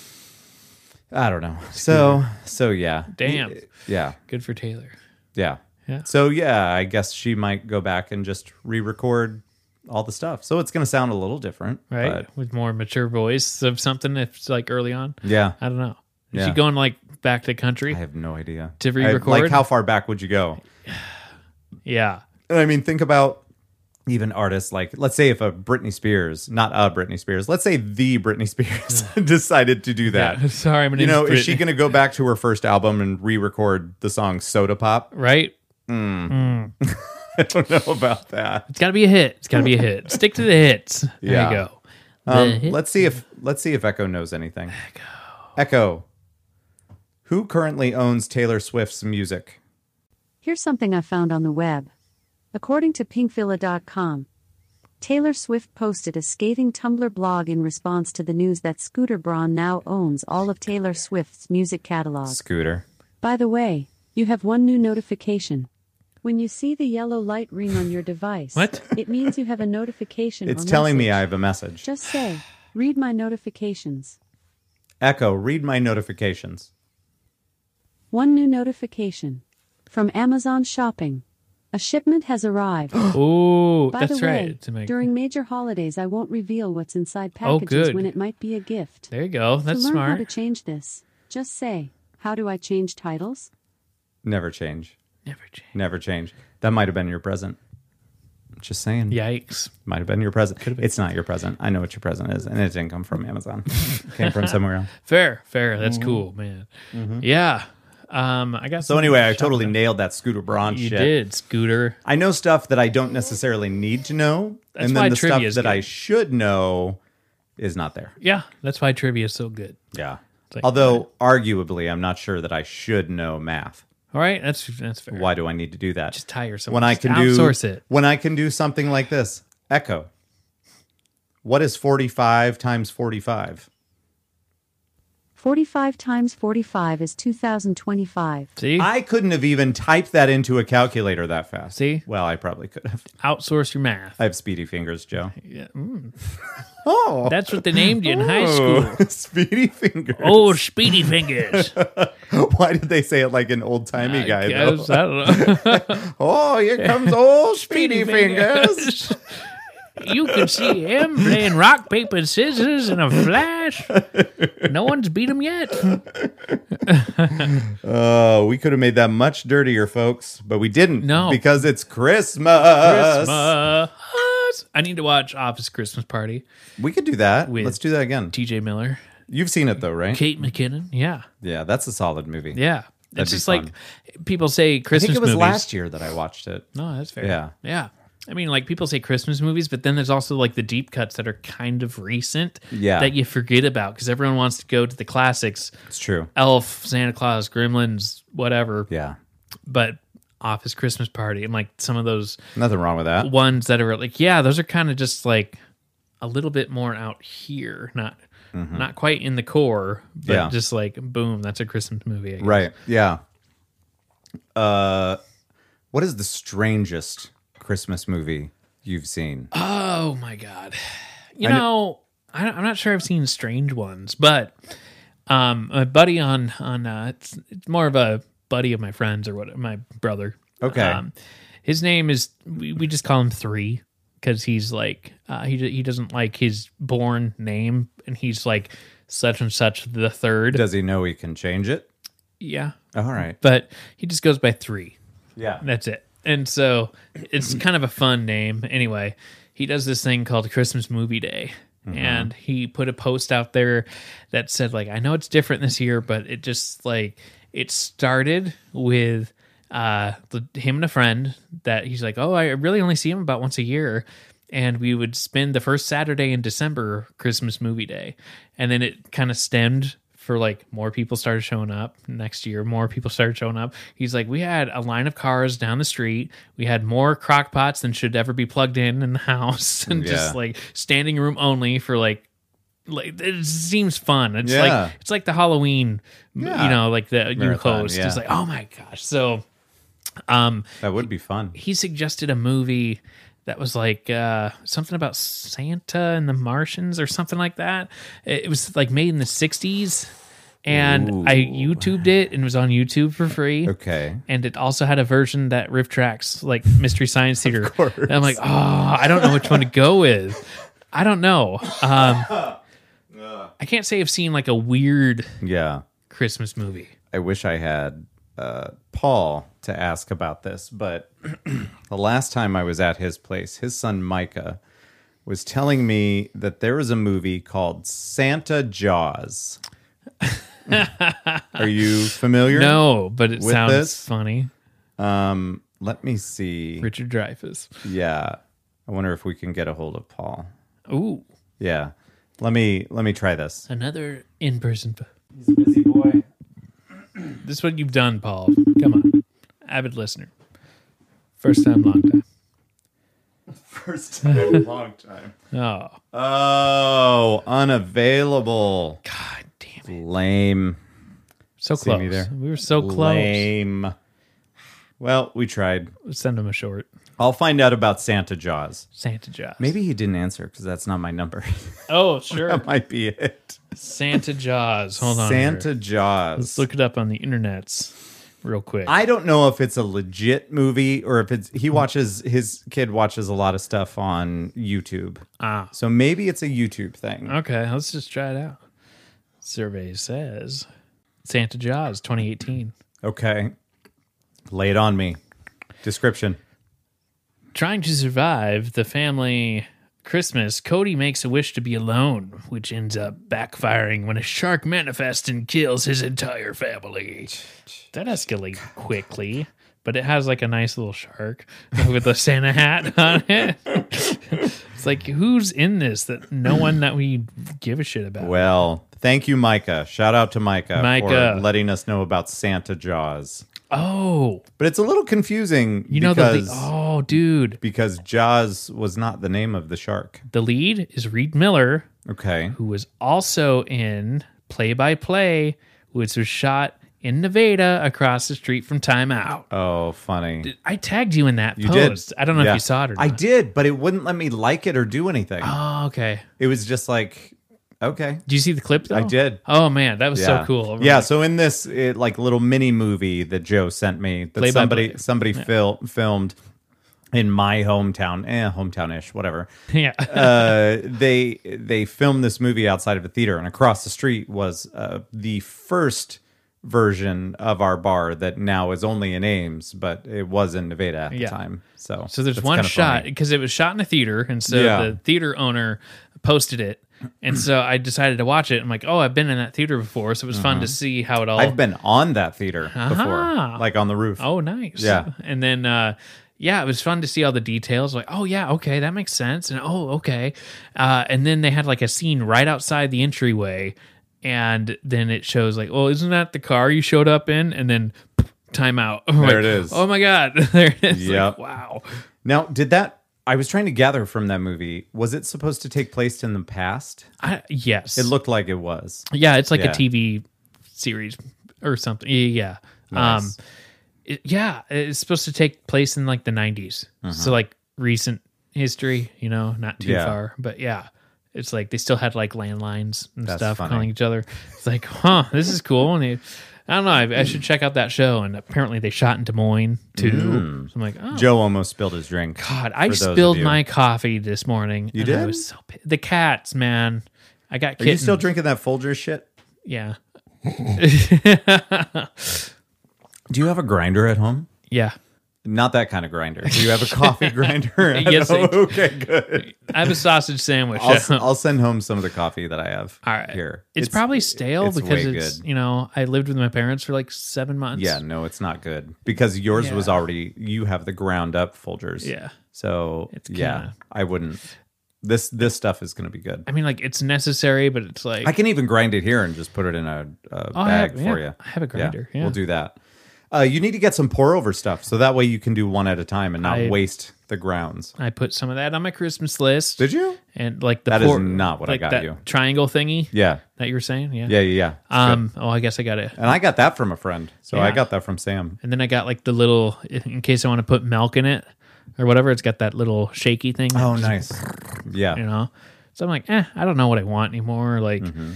Speaker 1: I don't know. [LAUGHS] So so yeah.
Speaker 2: Damn.
Speaker 1: Yeah.
Speaker 2: Good for Taylor.
Speaker 1: Yeah.
Speaker 2: Yeah.
Speaker 1: So yeah, I guess she might go back and just re-record all the stuff. So it's going to sound a little different,
Speaker 2: Right.
Speaker 1: but-
Speaker 2: With more mature voice of something. If it's like early on,
Speaker 1: yeah.
Speaker 2: I don't know. Is
Speaker 1: Yeah.
Speaker 2: she going like back to country?
Speaker 1: I have no idea.
Speaker 2: To
Speaker 1: I- like
Speaker 2: re-record?
Speaker 1: how far back would you go?
Speaker 2: yeah.
Speaker 1: And I mean, think about even artists like let's say if a Britney Spears, not a Britney Spears, let's say the Britney
Speaker 2: [LAUGHS]
Speaker 1: Spears [LAUGHS] decided to do that.
Speaker 2: Yeah. [LAUGHS] Sorry, my
Speaker 1: You
Speaker 2: name's
Speaker 1: know, is she
Speaker 2: Brittany.
Speaker 1: going to go back to her first album and re-record the song Soda Pop? [LAUGHS]
Speaker 2: right?
Speaker 1: I don't know about that.
Speaker 2: It's got to be a hit. It's got to be
Speaker 1: [LAUGHS]
Speaker 2: a hit. Stick to the hits. There
Speaker 1: Yeah.
Speaker 2: you go. The
Speaker 1: Um,
Speaker 2: hit-
Speaker 1: let's see if let's see if Echo knows anything. Echo. Echo. Who currently owns Taylor Swift's music?
Speaker 3: Here's something I found on the web. According to pinkvilla.com, Taylor Swift posted a scathing Tumblr blog in response to the news that Scooter Braun now owns all of Taylor Swift's music catalog.
Speaker 1: Scooter.
Speaker 3: By the way, you have one new notification. When you see the yellow light ring on your device,
Speaker 2: What?
Speaker 3: it means you have a notification.
Speaker 1: It's
Speaker 3: or
Speaker 1: telling me I
Speaker 3: message.
Speaker 1: have a message.
Speaker 3: Just say, read my notifications.
Speaker 1: Echo, read my notifications.
Speaker 3: One new notification from Amazon Shopping. A shipment has
Speaker 2: [GASPS]
Speaker 3: arrived.
Speaker 1: [GASPS]
Speaker 2: oh,
Speaker 3: By
Speaker 2: that's
Speaker 3: the way,
Speaker 2: right. To make-
Speaker 3: during major holidays, I won't reveal what's inside
Speaker 2: Oh,
Speaker 3: packages
Speaker 2: good.
Speaker 3: when it might be a gift.
Speaker 2: there you go.
Speaker 3: to
Speaker 2: That's
Speaker 3: learn how
Speaker 2: smart.
Speaker 3: to change this, just say, "How do I change titles?"
Speaker 1: Never change.
Speaker 2: Never change.
Speaker 1: Never change. That might have been your present. Just saying.
Speaker 2: Yikes.
Speaker 1: Might have been your present. It's not your present. I know what your present is, and it didn't come from
Speaker 2: [LAUGHS]
Speaker 1: Amazon. it came from somewhere else.
Speaker 2: Fair, fair. That's cool, man. Yeah. Um, I got
Speaker 1: Mm-hmm. So anyway, I totally nailed that Scooter Braun
Speaker 2: You
Speaker 1: shit.
Speaker 2: did, Scooter.
Speaker 1: I know stuff that I don't necessarily need to know,
Speaker 2: That's
Speaker 1: and
Speaker 2: why
Speaker 1: then the stuff
Speaker 2: trivia is
Speaker 1: that
Speaker 2: good.
Speaker 1: I should know is not there.
Speaker 2: Yeah, that's why trivia is so good.
Speaker 1: Yeah.
Speaker 2: It's like-
Speaker 1: Although arguably, I'm not sure that I should know math.
Speaker 2: All right, that's that's fair.
Speaker 1: Why do I need to do that?
Speaker 2: Just hire someone.
Speaker 1: when I
Speaker 2: Just
Speaker 1: can
Speaker 2: outsource
Speaker 1: do
Speaker 2: it.
Speaker 1: when I can do something like this. Echo. What is 45 times 45?
Speaker 3: 45 times 45 is 2025.
Speaker 2: See,
Speaker 1: I couldn't have even typed that into a calculator that fast.
Speaker 2: See?
Speaker 1: Well, I probably could have.
Speaker 2: outsource your math.
Speaker 1: I have speedy fingers, Joe.
Speaker 2: Yeah. mm.
Speaker 1: Oh.
Speaker 2: That's what they named you in high school.
Speaker 1: [LAUGHS] speedy fingers.
Speaker 2: Oh,
Speaker 1: [LAUGHS]
Speaker 2: speedy fingers.
Speaker 1: Why did they say it like an old timey guy?
Speaker 2: I
Speaker 1: Though?
Speaker 2: guess, I don't know.
Speaker 1: Oh,
Speaker 2: [LAUGHS]
Speaker 1: here comes old Speedy Fingers.
Speaker 2: [LAUGHS] you could see him playing rock, paper, scissors in a flash. No one's beat him yet.
Speaker 1: Oh, we could have made that much dirtier, folks, but we didn't.
Speaker 2: No.
Speaker 1: because it's Christmas.
Speaker 2: Christmas. Uh, I need to watch Office Christmas Party.
Speaker 1: We could do that.
Speaker 2: With-
Speaker 1: Let's do that again.
Speaker 2: TJ Miller,
Speaker 1: You've seen it though, right?
Speaker 2: Kate McKinnon. Yeah.
Speaker 1: Yeah, that's a solid movie.
Speaker 2: Yeah.
Speaker 1: That'd
Speaker 2: It's
Speaker 1: be
Speaker 2: just
Speaker 1: fun.
Speaker 2: like people say
Speaker 1: I
Speaker 2: Christmas
Speaker 1: think it was
Speaker 2: movies.
Speaker 1: last year that I watched it.
Speaker 2: No, that's fair.
Speaker 1: Yeah.
Speaker 2: Yeah. I mean, like people say Christmas movies, but then there's also like the deep cuts that are kind of recent
Speaker 1: Yeah.
Speaker 2: that you forget about because everyone wants to go to the classics
Speaker 1: It's true.
Speaker 2: Elf, Santa Claus, Gremlins, whatever.
Speaker 1: Yeah,
Speaker 2: But Office Christmas Party and like some of those
Speaker 1: nothing wrong with that.
Speaker 2: ones that are like, yeah, those are kind of just like a little bit more out here, not. Not quite in the core, but
Speaker 1: Mm-hmm. Yeah.
Speaker 2: just like boom, that's a Christmas movie. I guess.
Speaker 1: Right. Yeah. Uh, what is the strangest Christmas movie you've seen?
Speaker 2: Oh my god! You
Speaker 1: I kn-
Speaker 2: know, I, I'm not sure I've seen strange ones, but um, my buddy on on uh, it's, it's more of a buddy of my friends or what my brother.
Speaker 1: Okay.
Speaker 2: Um, his name is we, we just call him three because he's like uh, he he doesn't like his born name and he's like such and such the third.
Speaker 1: Does he know he can change it?
Speaker 2: yeah,
Speaker 1: All right.
Speaker 2: but he just goes by three.
Speaker 1: Yeah.
Speaker 2: That's it. And so it's kind of a fun name. Anyway, he does this thing called Christmas Movie Day. And he put a post out there that said, like, I know it's different this year, but it just like it started with uh the, him and a friend that he's like, Oh, I really only see him about once a year. And we would spend the first Saturday in December Christmas movie day. And then it kind of stemmed for like more people started showing up next year more people started showing up he's like we had a line of cars down the street we had more crock pots than should ever be plugged in in the [LAUGHS] house and
Speaker 1: Yeah.
Speaker 2: just like standing room only for like like it seems fun it's
Speaker 1: Yeah.
Speaker 2: like it's like the halloween
Speaker 1: Yeah.
Speaker 2: you know like the new
Speaker 1: Marathon,
Speaker 2: host
Speaker 1: yeah.
Speaker 2: it's like oh my gosh so um
Speaker 1: That would be fun.
Speaker 2: he suggested a movie that was like uh, something about Santa and the Martians or something like that. It it was like made in the '60s, and I YouTubed it and it was on YouTube for free.
Speaker 1: Okay.
Speaker 2: And it also had a version that riff tracks like Mystery Science Theater. And I'm like, oh, I don't know which one to go with. I don't know. Um, I can't say I've seen like a weird
Speaker 1: Yeah.
Speaker 2: Christmas movie.
Speaker 1: I wish I had uh, Paul to ask about this, but [CLEARS THROAT] the last time I was at his place, his son Micah was telling me that there was a movie called Santa
Speaker 2: [LAUGHS]
Speaker 1: Jaws. Are you familiar?
Speaker 2: No, but it
Speaker 1: With
Speaker 2: sounds
Speaker 1: this?
Speaker 2: funny.
Speaker 1: Um, Let me see.
Speaker 2: Richard Dreyfus.
Speaker 1: Yeah. I wonder if we can get a hold of Paul.
Speaker 2: Ooh,
Speaker 1: Yeah. Let me let me try this.
Speaker 2: another in person.
Speaker 6: He's a busy boy.
Speaker 2: [CLEARS THROAT] This is what you've done, Paul. Come on, avid listener, first time, long time.
Speaker 1: [LAUGHS] First time in a long time.
Speaker 2: [LAUGHS] Oh,
Speaker 1: Oh, unavailable.
Speaker 2: god damn it!
Speaker 1: Lame.
Speaker 2: So
Speaker 1: See
Speaker 2: close.
Speaker 1: me there.
Speaker 2: We were so close.
Speaker 1: Lame. Well, we tried.
Speaker 2: Send him a short
Speaker 1: I'll find out about Santa Jaws.
Speaker 2: Santa Jaws.
Speaker 1: Maybe he didn't answer because that's not my number. [LAUGHS]
Speaker 2: Oh, sure.
Speaker 1: that might be it.
Speaker 2: Santa Jaws. Hold on. here.
Speaker 1: Santa Jaws.
Speaker 2: Let's look it up on the internets real quick.
Speaker 1: I don't know if it's a legit movie or if it's he watches his kid watches a lot of stuff on YouTube.
Speaker 2: ah,
Speaker 1: So maybe it's a YouTube thing.
Speaker 2: okay. Let's just try it out. Survey says Santa Jaws 2018.
Speaker 1: Okay. Lay it on me. Description.
Speaker 2: Trying to survive the family Christmas, Cody makes a wish to be alone, which ends up backfiring when a shark manifests and kills his entire family. That escalates quickly, but it has like a nice little shark [LAUGHS] with a Santa hat on it. [LAUGHS] it's like, who's in this that no one that we give a shit about?
Speaker 1: Well, thank you, Micah. Shout out to Micah,
Speaker 2: Micah.
Speaker 1: for letting us know about Santa Jaws.
Speaker 2: oh,
Speaker 1: But it's a little confusing
Speaker 2: you know, the
Speaker 1: because,
Speaker 2: lead. Oh, dude.
Speaker 1: because Jaws was not the name of the shark.
Speaker 2: The lead is Reed Miller.
Speaker 1: Okay.
Speaker 2: who was also in Play by Play, which was shot in Nevada across the street from Time Out.
Speaker 1: Oh, funny.
Speaker 2: I tagged you in that
Speaker 1: You
Speaker 2: post.
Speaker 1: did.
Speaker 2: I don't know
Speaker 1: Yeah.
Speaker 2: if you saw it or not.
Speaker 1: I did, but it wouldn't let me like it or do anything.
Speaker 2: Oh, okay.
Speaker 1: It was just like, okay.
Speaker 2: Do you see the clip though?
Speaker 1: I did.
Speaker 2: Oh man, that was
Speaker 1: Yeah.
Speaker 2: so cool.
Speaker 1: Yeah. So in this it, like little mini movie that Joe sent me, that
Speaker 2: Play by
Speaker 1: somebody
Speaker 2: play.
Speaker 1: somebody fil- filmed in my hometown, eh, hometown ish, whatever.
Speaker 2: [LAUGHS] yeah.
Speaker 1: Uh, they they filmed this movie outside of a theater, and across the street was uh, the first version of our bar that now is only in Ames, but it was in Nevada at
Speaker 2: Yeah.
Speaker 1: the time. So
Speaker 2: So there's
Speaker 1: that's
Speaker 2: one
Speaker 1: kinda
Speaker 2: shot
Speaker 1: funny.
Speaker 2: because it was shot in a theater, and so
Speaker 1: Yeah.
Speaker 2: the theater owner posted it, and so I decided to watch it. I'm like, oh, I've been in that theater before, so it was fun to see how it all.
Speaker 1: Uh-huh. I've been on that theater
Speaker 2: Ah.
Speaker 1: before, like on the roof.
Speaker 2: Oh, nice.
Speaker 1: Yeah.
Speaker 2: And then, uh, yeah, it was fun to see all the details. Like, oh yeah, okay, that makes sense. And oh, okay. Uh, and then they had like a scene right outside the entryway, and then it shows like, oh, isn't that the car you showed up in? And then [LAUGHS] time out. [LAUGHS] I'm
Speaker 1: There
Speaker 2: like,
Speaker 1: it is.
Speaker 2: Oh my god, [LAUGHS] there it is. Like,
Speaker 1: Yep.
Speaker 2: wow.
Speaker 1: Now, did that? I was trying to gather from that movie. Was it supposed to take place in the past?
Speaker 2: I, yes.
Speaker 1: It looked like it was.
Speaker 2: Yeah, it's like
Speaker 1: Yeah.
Speaker 2: a TV series or something. Yeah, Yeah. Um
Speaker 1: Nice.
Speaker 2: it- yeah, it's supposed to take place in like the 90s. So like recent history, you know, not too
Speaker 1: Uh-huh. Yeah.
Speaker 2: far, but yeah. It's like they still had like landlines and
Speaker 1: That's
Speaker 2: stuff
Speaker 1: funny.
Speaker 2: calling each other. It's like, "Huh, this is cool." And it, I don't know, I, I should check out that show and apparently they shot in Des Moines too. So I'm like, "Oh,
Speaker 1: Joe almost spilled his drink.
Speaker 2: God, I
Speaker 1: Mm. For those of
Speaker 2: spilled
Speaker 1: you-
Speaker 2: my coffee this morning. You I
Speaker 1: did?
Speaker 2: was so pi- the cats, man. I got
Speaker 1: Are you
Speaker 2: kittens.
Speaker 1: still drinking that Folgers shit?
Speaker 2: yeah.
Speaker 1: Do you have a grinder at home?
Speaker 2: Yeah.
Speaker 1: Not that kind of grinder. Do you have a
Speaker 2: [LAUGHS]
Speaker 1: coffee grinder? at
Speaker 2: Yes, I
Speaker 1: home?
Speaker 2: do.
Speaker 1: Okay, good.
Speaker 2: I have a sausage sandwich.
Speaker 1: [LAUGHS] I'll, s- I'll send home some of the coffee that I have
Speaker 2: All right.
Speaker 1: here.
Speaker 2: It's, probably stale
Speaker 1: it's
Speaker 2: because
Speaker 1: way
Speaker 2: it's,
Speaker 1: good.
Speaker 2: you know, I lived with my parents for like seven months.
Speaker 1: Yeah, no, it's not good because yours was
Speaker 2: Yeah.
Speaker 1: already. You have the ground up Folgers.
Speaker 2: Yeah.
Speaker 1: So
Speaker 2: It's
Speaker 1: yeah,
Speaker 2: kinda-
Speaker 1: I wouldn't. This this stuff is going to be good.
Speaker 2: I mean, like, it's necessary, but it's like,
Speaker 1: I can even grind it here and just put it in a, a
Speaker 2: Oh, I
Speaker 1: bag
Speaker 2: have-
Speaker 1: for
Speaker 2: yeah,
Speaker 1: you.
Speaker 2: I have a grinder, yeah.
Speaker 1: We'll do that. Uh, you need to get some pour over stuff so that way you can do one at a time and not
Speaker 2: I-
Speaker 1: waste the grounds.
Speaker 2: I put some of that on my Christmas list.
Speaker 1: Did you?
Speaker 2: And like the
Speaker 1: That
Speaker 2: that
Speaker 1: is
Speaker 2: is
Speaker 1: not what I got you.
Speaker 2: triangle thingy
Speaker 1: Yeah.
Speaker 2: that you were saying. Yeah.
Speaker 1: Yeah. Yeah. yeah. It's good.
Speaker 2: Um. Oh, I guess I got it.
Speaker 1: and I got that from a friend. So I
Speaker 2: Yeah.
Speaker 1: got that from Sam.
Speaker 2: And then I got like the little, in case I want to put milk in it or whatever. It's got that little shaky thing. that
Speaker 1: Oh,
Speaker 2: just
Speaker 1: nice. Yeah.
Speaker 2: you know so i'm like eh, i don't know what i want anymore like
Speaker 1: Mm-hmm.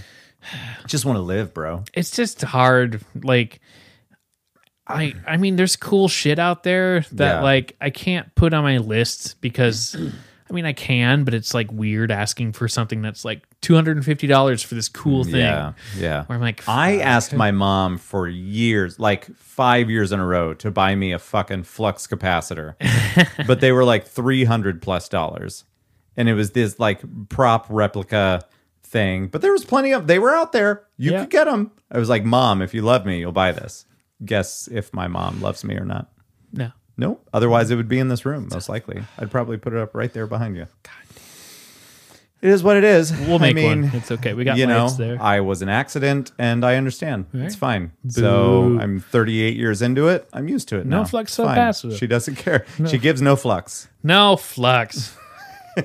Speaker 1: Just want to live, bro.
Speaker 2: it's just hard like i i mean there's cool shit out there that
Speaker 1: Yeah.
Speaker 2: like i can't put on my list because i mean i can but it's like weird asking for something that's like $250 for this cool thing
Speaker 1: Mm, Yeah. Yeah.
Speaker 2: where i'm like
Speaker 1: I asked my mom for years, like five years in a row, to buy me a fucking flux
Speaker 2: [LAUGHS]
Speaker 1: capacitor, but they were like three hundred plus dollars, and it was this like prop replica thing. But there was plenty of they were out there. You
Speaker 2: Yeah.
Speaker 1: could get them. I was like, Mom, if you love me, you'll buy this. Guess if my mom loves me or not.
Speaker 2: no
Speaker 1: No, otherwise it would be in this room most likely. I'd probably put it up right there behind you. It is what it is.
Speaker 2: We'll make
Speaker 1: I mean,
Speaker 2: one. It's okay. We got
Speaker 1: you know,
Speaker 2: lights there.
Speaker 1: I was an accident, and I understand. It's fine.
Speaker 2: Boo.
Speaker 1: So I'm 38 years into it. I'm used to it.
Speaker 2: No
Speaker 1: now.
Speaker 2: flux,
Speaker 1: It's
Speaker 2: so
Speaker 1: fine.
Speaker 2: passive.
Speaker 1: She doesn't care. She gives no flux.
Speaker 2: no flux.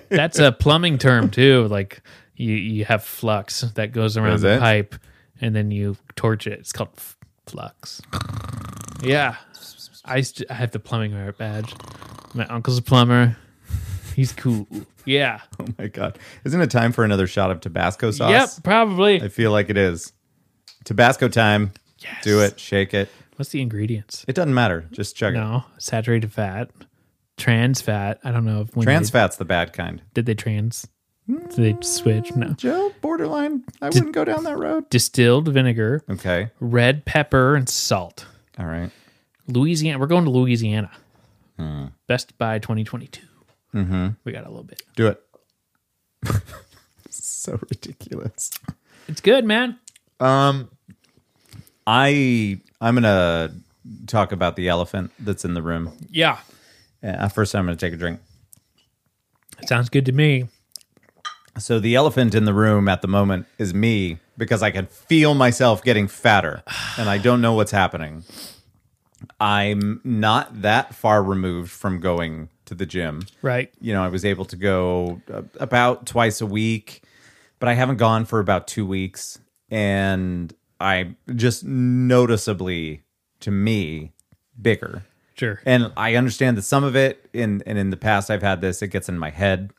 Speaker 2: That's a plumbing term too. Like you, you have flux that goes around
Speaker 1: Is
Speaker 2: the
Speaker 1: it?
Speaker 2: pipe, and then you torch it. It's called f- flux. Yeah, I used to, I have the plumbing merit badge. My uncle's a plumber. He's cool. Yeah.
Speaker 1: Oh my god! Isn't it time for another shot of Tabasco sauce?
Speaker 2: Yep. Probably.
Speaker 1: I feel like it is. Tabasco time.
Speaker 2: Yes.
Speaker 1: Do it. Shake it.
Speaker 2: What's the ingredients?
Speaker 1: It doesn't matter. Just chug it.
Speaker 2: No, saturated fat, trans fat. I don't know if when
Speaker 1: Trans Hmm.
Speaker 2: they,
Speaker 1: fat's the bad kind.
Speaker 2: did they trans? Did they switch? No.
Speaker 1: Joe, borderline. I wouldn't go down that road.
Speaker 2: Distilled vinegar,
Speaker 1: Okay.
Speaker 2: red pepper, and salt.
Speaker 1: All right.
Speaker 2: Louisiana. We're going to Louisiana.
Speaker 1: Hmm.
Speaker 2: Best Buy 2022.
Speaker 1: Mm-hmm.
Speaker 2: We got a little bit.
Speaker 1: Do it. [LAUGHS] so ridiculous.
Speaker 2: It's good, man.
Speaker 1: Um, I I'm gonna talk about the elephant that's in the room.
Speaker 2: Yeah,
Speaker 1: Uh, first, I'm gonna take a drink.
Speaker 2: it sounds good to me.
Speaker 1: So the elephant in the room at the moment is me because I can feel myself getting fatter and I don't know what's happening. I'm not that far removed from going to the gym.
Speaker 2: Right.
Speaker 1: You know, I was able to go uh, about twice a week, but I haven't gone for about 2 weeks and I just noticeably to me bigger.
Speaker 2: Sure.
Speaker 1: And I understand that some of it in and in the past I've had this, it gets in my head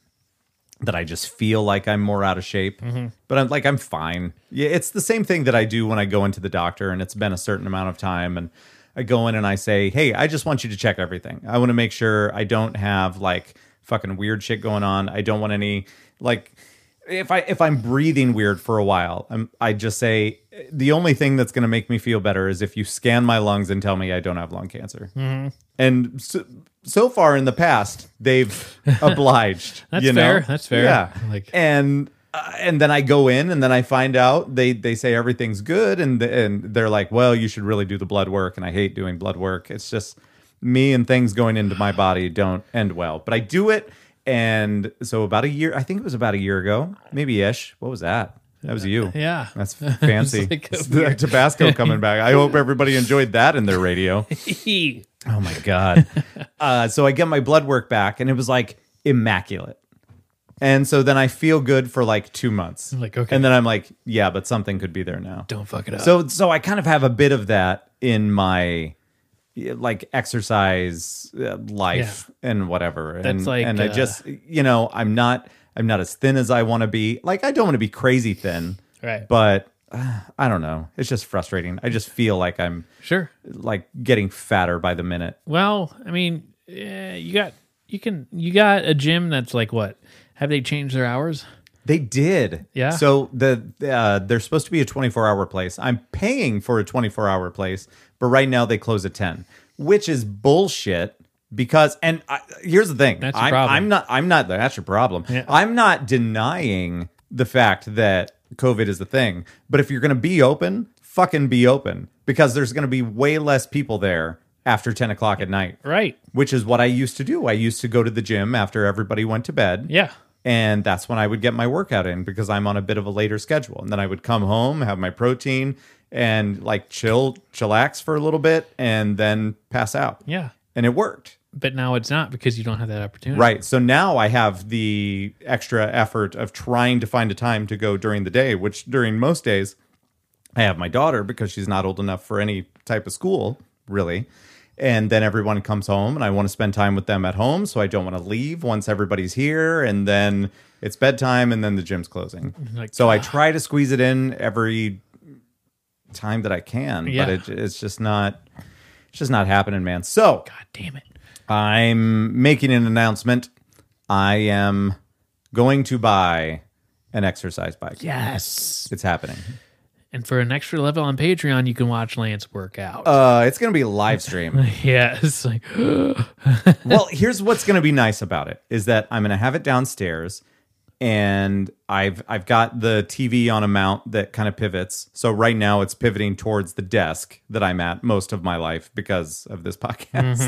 Speaker 1: that I just feel like I'm more out of shape. But I'm like I'm fine. Yeah, it's the same thing that I do when I go into the doctor and it's been a certain amount of time and I go in and I say, "Hey, I just want you to check everything. I want to make sure I don't have like fucking weird shit going on. I don't want any like if I if I'm breathing weird for a while, I'm I just say the only thing that's going to make me feel better is if you scan my lungs and tell me I don't have lung cancer. And so, so far in the past,
Speaker 2: [LAUGHS]
Speaker 1: they've obliged.
Speaker 2: That's
Speaker 1: you know?
Speaker 2: fair. That's fair.
Speaker 1: Yeah.
Speaker 2: Like-
Speaker 1: and uh, and then I go in and then I find out they they say everything's good and th- and they're like, well, you should really do the blood work. And I hate doing blood work. It's just me and things going into my body don't end well. But I do it. And so about a year, I think it was about a year ago, maybe ish. What was that? That was you.
Speaker 2: Yeah.
Speaker 1: That's
Speaker 2: [LAUGHS]
Speaker 1: fancy.
Speaker 2: It's like a
Speaker 1: It's [LAUGHS] the Tabasco coming back. I hope everybody enjoyed that in their
Speaker 2: [LAUGHS]
Speaker 1: radio. Oh my god. uh, so I get my blood work back, and it was like immaculate. And so then I feel good for like two months.
Speaker 2: like, okay.
Speaker 1: And then I'm like, yeah, but something could be there now.
Speaker 2: [LAUGHS] Don't fuck it up.
Speaker 1: So so I kind of have a bit of that in my yeah, like exercise uh, life and whatever. and
Speaker 2: like,
Speaker 1: and I
Speaker 2: uh,
Speaker 1: just you know I'm not I'm not as thin as I want to be. Like I don't want to be crazy thin.
Speaker 2: Right.
Speaker 1: But uh, I don't know. It's just frustrating. I just feel like I'm
Speaker 2: sure.
Speaker 1: like getting fatter by the minute.
Speaker 2: Well, I mean, eh, you got you can you got a gym that's like what? Have they changed their hours?
Speaker 1: They did.
Speaker 2: Yeah.
Speaker 1: So the uh, they're supposed to be a 24 hour place. I'm paying for a 24 hour place, but right now they close at 10, which is bullshit. Because and I, here's the thing.
Speaker 2: That's your
Speaker 1: I'm,
Speaker 2: problem.
Speaker 1: I'm not. I'm not. That's your problem. I'm not denying the fact that COVID is the thing. But if you're going to be open, fucking be open because there's going to be way less people there after 10 o'clock at night.
Speaker 2: Right.
Speaker 1: Which is what I used to do. I used to go to the gym after everybody went to bed
Speaker 2: Yeah.
Speaker 1: and that's when I would get my workout in because I'm on a bit of a later schedule. And then I would come home, have my protein, and like chill, chillax for a little bit, and then pass out.
Speaker 2: Yeah.
Speaker 1: And it worked.
Speaker 2: But now it's not because you don't have that opportunity.
Speaker 1: Right. So now I have the extra effort of trying to find a time to go during the day, which during most days, I have my daughter because she's not old enough for any type of school, really. And then everyone comes home and I want to spend time with them at home. So I don't want to leave once everybody's here. And then it's bedtime and then the gym's closing.
Speaker 2: Like, "Ah."
Speaker 1: so I try to squeeze it in every time that I can,
Speaker 2: Yeah.
Speaker 1: but it, it's just not. It's just not happening, man. So,
Speaker 2: God damn it.
Speaker 1: I'm making an announcement. I am going to buy an exercise bike.
Speaker 2: Yes.
Speaker 1: It's happening.
Speaker 2: And for an extra level on Patreon, you can watch Lance work out.
Speaker 1: Uh, it's going to be a live stream.
Speaker 2: [LAUGHS] yeah, it's like
Speaker 1: well, here's what's going to be nice about it is that I'm going to have it downstairs and I've I've got the TV on a mount that kind of pivots. So right now it's pivoting towards the desk that I'm at most of my life because of this [LAUGHS] podcast.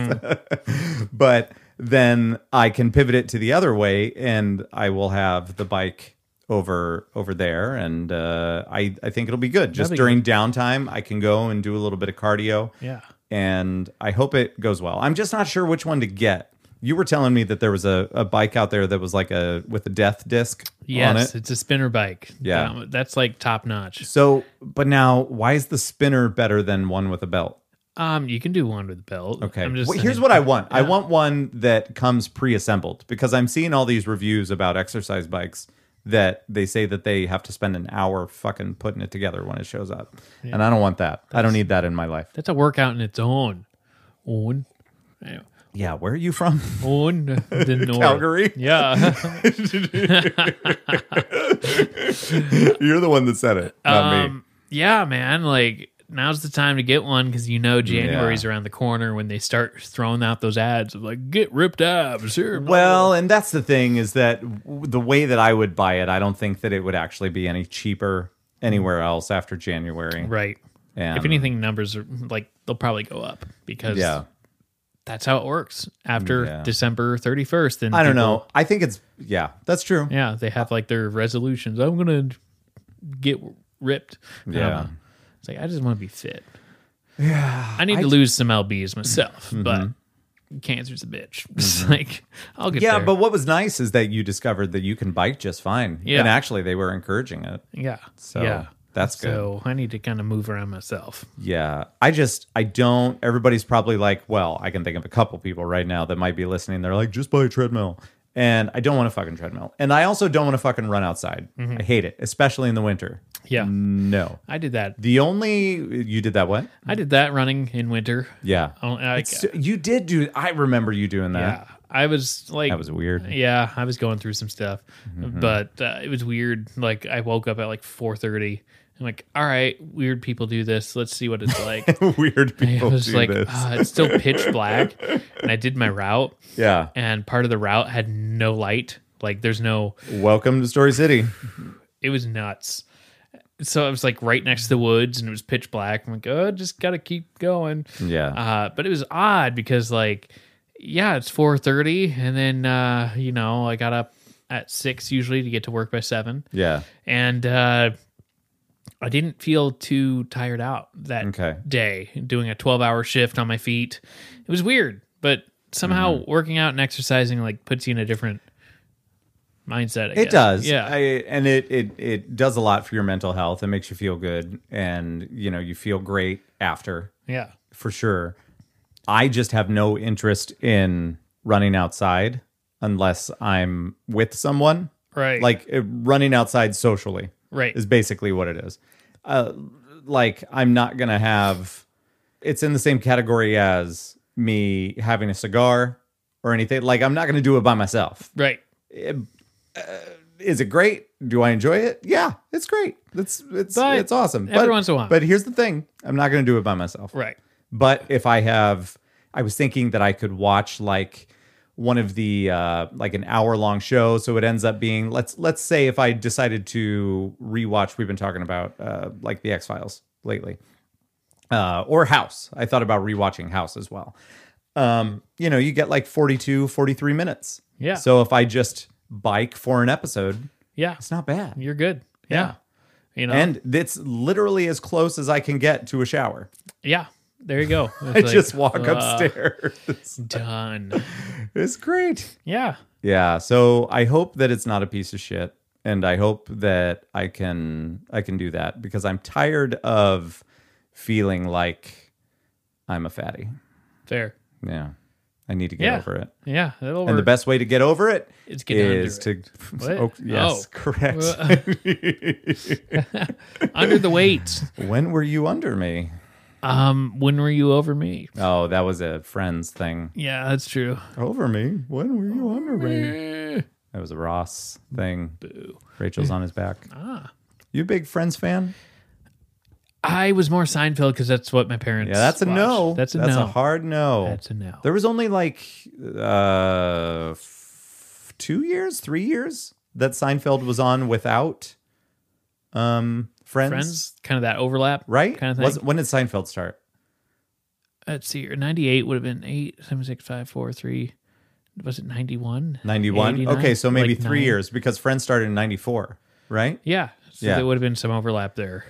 Speaker 1: but then I can pivot it to the other way, and I will have the bike over over there, and uh, I I think it'll be good. Just
Speaker 2: be
Speaker 1: during downtime, I can go and do a little bit of cardio.
Speaker 2: Yeah.
Speaker 1: and I hope it goes well. I'm just not sure which one to get. You were telling me that there was a, a bike out there that was like a with a death disc on
Speaker 2: Yes,
Speaker 1: it.
Speaker 2: it's a spinner bike.
Speaker 1: Yeah.
Speaker 2: Um, that's like top notch.
Speaker 1: So, but now why is the spinner better than one with a belt?
Speaker 2: Um, you can do one with a belt.
Speaker 1: Okay.
Speaker 2: I'm just
Speaker 1: Well, here's
Speaker 2: saying.
Speaker 1: what I want. I want one that comes pre-assembled because I'm seeing all these reviews about exercise bikes that they say that they have to spend an hour fucking putting it together when it shows up. And I don't want that. I don't need that in my life.
Speaker 2: That's a workout in its own. Own. Yeah.
Speaker 1: Yeah, where are you from? [LAUGHS]
Speaker 2: Own the north.
Speaker 1: Calgary? [LAUGHS]
Speaker 2: Yeah.
Speaker 1: [LAUGHS] You're the one that said it, not me.
Speaker 2: um, yeah, man. Like now's the time to get one because you know January's around the corner when they start throwing out those ads of like get ripped abs here. blah,
Speaker 1: Well, and that's the thing is that w- the way that I would buy it, I don't think that it would actually be any cheaper anywhere else after January.
Speaker 2: blah." right.
Speaker 1: And-
Speaker 2: if anything, numbers are like they'll probably go up because
Speaker 1: yeah.
Speaker 2: that's how it works after
Speaker 1: Yeah.
Speaker 2: December thirty first. And
Speaker 1: I don't
Speaker 2: people-
Speaker 1: know. I think it's yeah, that's true.
Speaker 2: Yeah, they have like their resolutions. I'm gonna get ripped. I don't
Speaker 1: Yeah.
Speaker 2: know. it's like I just want to be fit. Yeah, I need to lose some lbs myself,
Speaker 1: Mm-hmm.
Speaker 2: but cancer's a bitch. [LAUGHS] It's like I'll get
Speaker 1: Yeah,
Speaker 2: there.
Speaker 1: but what was nice is that you discovered that you can bike just fine.
Speaker 2: Yeah.
Speaker 1: And actually they were encouraging it.
Speaker 2: yeah,
Speaker 1: So
Speaker 2: yeah.
Speaker 1: that's good.
Speaker 2: So I need to kind of move around myself.
Speaker 1: Yeah. I just I don't everybody's probably like, well, I can think of a couple people right now that might be listening. They're like, just buy a treadmill. And I don't want a fucking treadmill. And I also don't want to fucking run outside. I hate it, especially in the winter.
Speaker 2: Mm-hmm. Yeah,
Speaker 1: Mm. No.
Speaker 2: I did that.
Speaker 1: The only you did that what?
Speaker 2: I did that running in winter. [LAUGHS]
Speaker 1: Yeah.
Speaker 2: Oh, I don't- like,
Speaker 1: So you did do I remember you doing that.
Speaker 2: yeah, I was like,
Speaker 1: That was weird.
Speaker 2: yeah, I was going through some stuff,
Speaker 1: Mm-hmm.
Speaker 2: but uh, it was weird. Like I woke up at like four thirty. I'm like, all right, weird people do this. Let's see what it's
Speaker 1: [LAUGHS]
Speaker 2: like.
Speaker 1: Weird
Speaker 2: I
Speaker 1: people
Speaker 2: was
Speaker 1: do
Speaker 2: like,
Speaker 1: this.
Speaker 2: "Ah, it's still
Speaker 1: [LAUGHS]
Speaker 2: pitch black. and I did my route,
Speaker 1: yeah.
Speaker 2: and part of the route had no light. Like, there's no,
Speaker 1: Welcome to Story City.
Speaker 2: it was nuts. So I was like right next to the woods, and it was pitch black. I'm like, oh, just gotta keep going.
Speaker 1: Yeah.
Speaker 2: Uh, but it was odd because like, yeah, it's 4:30, and then uh, you know I got up at six usually to get to work by seven,
Speaker 1: yeah.
Speaker 2: and uh, I didn't feel too tired out that
Speaker 1: Okay.
Speaker 2: day doing a 12 hour shift on my feet. It was weird, but somehow
Speaker 1: Mm-hmm.
Speaker 2: working out and exercising like puts you in a different mindset. I
Speaker 1: It
Speaker 2: guess.
Speaker 1: does.
Speaker 2: Yeah.
Speaker 1: I, and it, it it does a lot for your mental health. It makes you feel good and you know, you feel great after
Speaker 2: yeah.
Speaker 1: for sure. I just have no interest in running outside unless I'm with someone.
Speaker 2: Right.
Speaker 1: Like uh, running outside socially.
Speaker 2: Right.
Speaker 1: Is basically what it is. Uh, like I'm not gonna have. It's in the same category as me having a cigar or anything. Like I'm not gonna do it by myself.
Speaker 2: Right.
Speaker 1: Is it great? Do I enjoy it? Yeah, it's great. It's it's
Speaker 2: But
Speaker 1: it's awesome.
Speaker 2: every
Speaker 1: but,
Speaker 2: once in a while.
Speaker 1: But here's the thing: I'm not gonna do it by myself.
Speaker 2: Right.
Speaker 1: But if I have, I was thinking that I could watch like one of the uh, like an hour long show, so it ends up being let's let's say if I decided to rewatch, we've been talking about uh, like the X Files lately, uh, or House. I thought about rewatching House as well. Um, you know, you get like 42, 43 minutes.
Speaker 2: Yeah.
Speaker 1: So if I just bike for an episode,
Speaker 2: Yeah.
Speaker 1: it's not bad.
Speaker 2: You're good. Yeah. You know.
Speaker 1: And it's literally as close as I can get to a shower.
Speaker 2: yeah. There you go.
Speaker 1: [LAUGHS]
Speaker 2: It's
Speaker 1: I
Speaker 2: like,
Speaker 1: just walk
Speaker 2: uh,
Speaker 1: upstairs.
Speaker 2: [LAUGHS]
Speaker 1: [LAUGHS]
Speaker 2: Done.
Speaker 1: It's great.
Speaker 2: Yeah.
Speaker 1: Yeah. So I hope that it's not a piece of shit, and I hope that I can I can do that because I'm tired of feeling like I'm a fatty.
Speaker 2: Fair.
Speaker 1: Yeah. I need to get
Speaker 2: Yeah.
Speaker 1: over it.
Speaker 2: Yeah. That'll work.
Speaker 1: And the best way to get over it
Speaker 2: It's get under
Speaker 1: is to [LAUGHS]
Speaker 2: What?
Speaker 1: oh, yes,
Speaker 2: Oh. uh,
Speaker 1: correct.
Speaker 2: [LAUGHS] [LAUGHS] Under the weight.
Speaker 1: [LAUGHS] when were you under me?
Speaker 2: Um. When were you over me?
Speaker 1: Oh, that was a friends thing.
Speaker 2: Yeah, that's true.
Speaker 1: Over me? When were you under me? That was a Ross thing. Boo. Rachel's on his back. Ah. You a big Friends fan?
Speaker 2: I was more Seinfeld because that's what my parents.
Speaker 1: Yeah, that's a
Speaker 2: watched.
Speaker 1: no.
Speaker 2: That's a
Speaker 1: That's
Speaker 2: no.
Speaker 1: a hard no.
Speaker 2: That's a no.
Speaker 1: There was only like uh, f- two years, three years that Seinfeld was on without um, Friends?
Speaker 2: Friends, kind of that overlap,
Speaker 1: right?
Speaker 2: Kind of thing.
Speaker 1: Was- when did Seinfeld start?
Speaker 2: Let's see, here. ninety-eight would have been eight, seven, six, five, four, three. Was it ninety-one?
Speaker 1: 91?
Speaker 2: 89?
Speaker 1: Okay, so maybe
Speaker 2: Like
Speaker 1: three
Speaker 2: nine.
Speaker 1: years because Friends started in 94, right?
Speaker 2: Yeah. So
Speaker 1: Yeah.
Speaker 2: there would have been some overlap there.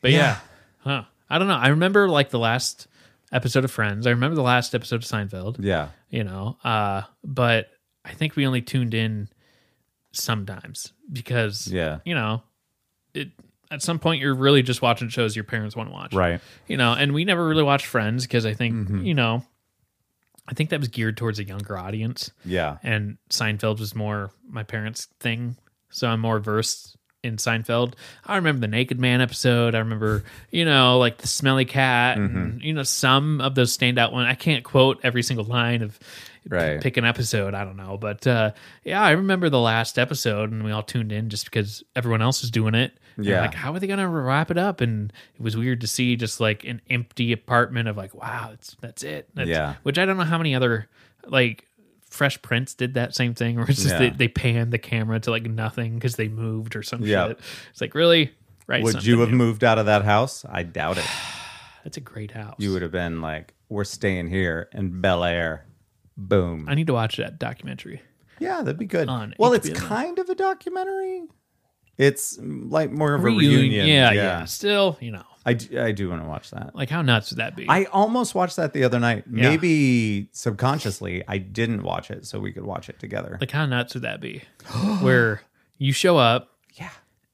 Speaker 2: But
Speaker 1: Yeah.
Speaker 2: yeah. Huh. I don't know. I remember like the last episode of Friends. I remember the last episode of Seinfeld,
Speaker 1: Yeah.
Speaker 2: you know. Uh but I think we only tuned in sometimes because
Speaker 1: Yeah.
Speaker 2: you know, it at some point you're really just watching shows your parents want to watch.
Speaker 1: Right. Mm-hmm.
Speaker 2: You know, and we never really watched Friends because I think, you know, I think that was geared towards a younger audience
Speaker 1: Yeah.
Speaker 2: and Seinfeld was more my parents' thing, so I'm more versed in Seinfeld. I remember the Naked Man episode. I remember, you know, like the Smelly Cat,
Speaker 1: Mm-hmm.
Speaker 2: and you know, some of those standout ones. I can't quote every single line of
Speaker 1: Right.
Speaker 2: pick an episode. I don't know, but uh, yeah, I remember the last episode, and we all tuned in just because everyone else was doing it. And
Speaker 1: Yeah.
Speaker 2: like how are they gonna wrap it up? And it was weird to see just like an empty apartment of like, wow, that's that's it. That's,
Speaker 1: Yeah.
Speaker 2: which I don't know how many other like Fresh Prince did that same thing, where it's just
Speaker 1: Yeah.
Speaker 2: they, they panned the camera to like nothing because they moved or some
Speaker 1: Yeah.
Speaker 2: shit. It's like really, right?
Speaker 1: Would you have moved out of that house? I doubt it.
Speaker 2: That's a great house.
Speaker 1: You would have been like, we're staying here in Bel Air. Boom.
Speaker 2: I need to watch that documentary.
Speaker 1: Yeah, that'd be good.
Speaker 2: on
Speaker 1: Well, it's
Speaker 2: HBO.
Speaker 1: kind of a documentary. It's mm, like more of a
Speaker 2: Reunion.
Speaker 1: reunion.
Speaker 2: yeah, yeah, Still, you know,
Speaker 1: I d- I do want to watch that.
Speaker 2: like how nuts would that be?
Speaker 1: I almost watched that the other night.
Speaker 2: Yeah.
Speaker 1: Maybe subconsciously, I didn't watch it, so we could watch it together.
Speaker 2: like how nuts would
Speaker 1: [GASPS]
Speaker 2: that be? where you show up,
Speaker 1: yeah,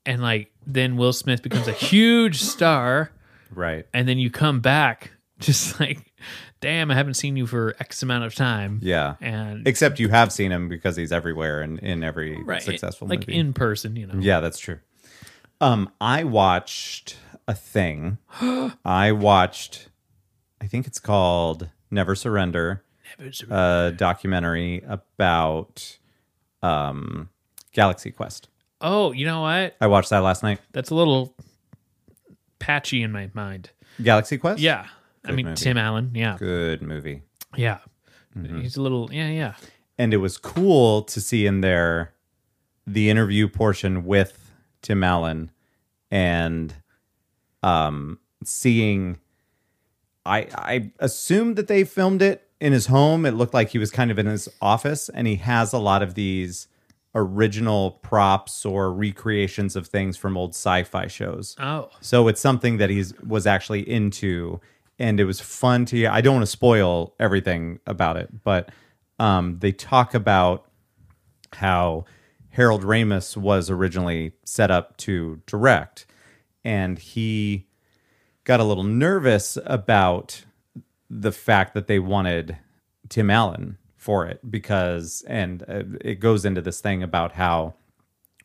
Speaker 2: and like then Will Smith becomes a huge star.
Speaker 1: right.
Speaker 2: and then you come back [LAUGHS] just like damn i haven't seen you for x amount of time
Speaker 1: Yeah.
Speaker 2: and
Speaker 1: Except you have seen him because he's everywhere and in every successful
Speaker 2: like
Speaker 1: movie.
Speaker 2: in person you know
Speaker 1: Yeah, that's true. Um, I watched a thing. I watched, I think it's called Never Surrender, a documentary about um, Galaxy Quest.
Speaker 2: oh you know what
Speaker 1: I watched that last night.
Speaker 2: that's a little patchy in my mind
Speaker 1: Galaxy Quest?
Speaker 2: yeah i mean
Speaker 1: movie.
Speaker 2: tim allen yeah
Speaker 1: Good Mm-hmm. movie.
Speaker 2: yeah he's a little yeah yeah
Speaker 1: And it was cool to see in there the interview portion with Tim Allen and um, seeing I I assumed that they filmed it in his home. It looked like he was kind of in his office, and he has a lot of these original props or recreations of things from old sci-fi shows.
Speaker 2: oh
Speaker 1: So it's something that he's was actually into, and it was fun to. I don't want to spoil everything about it, but um, they talk about how Harold Ramis was originally set up to direct, and he got a little nervous about the fact that they wanted Tim Allen for it because, and uh, it goes into this thing about how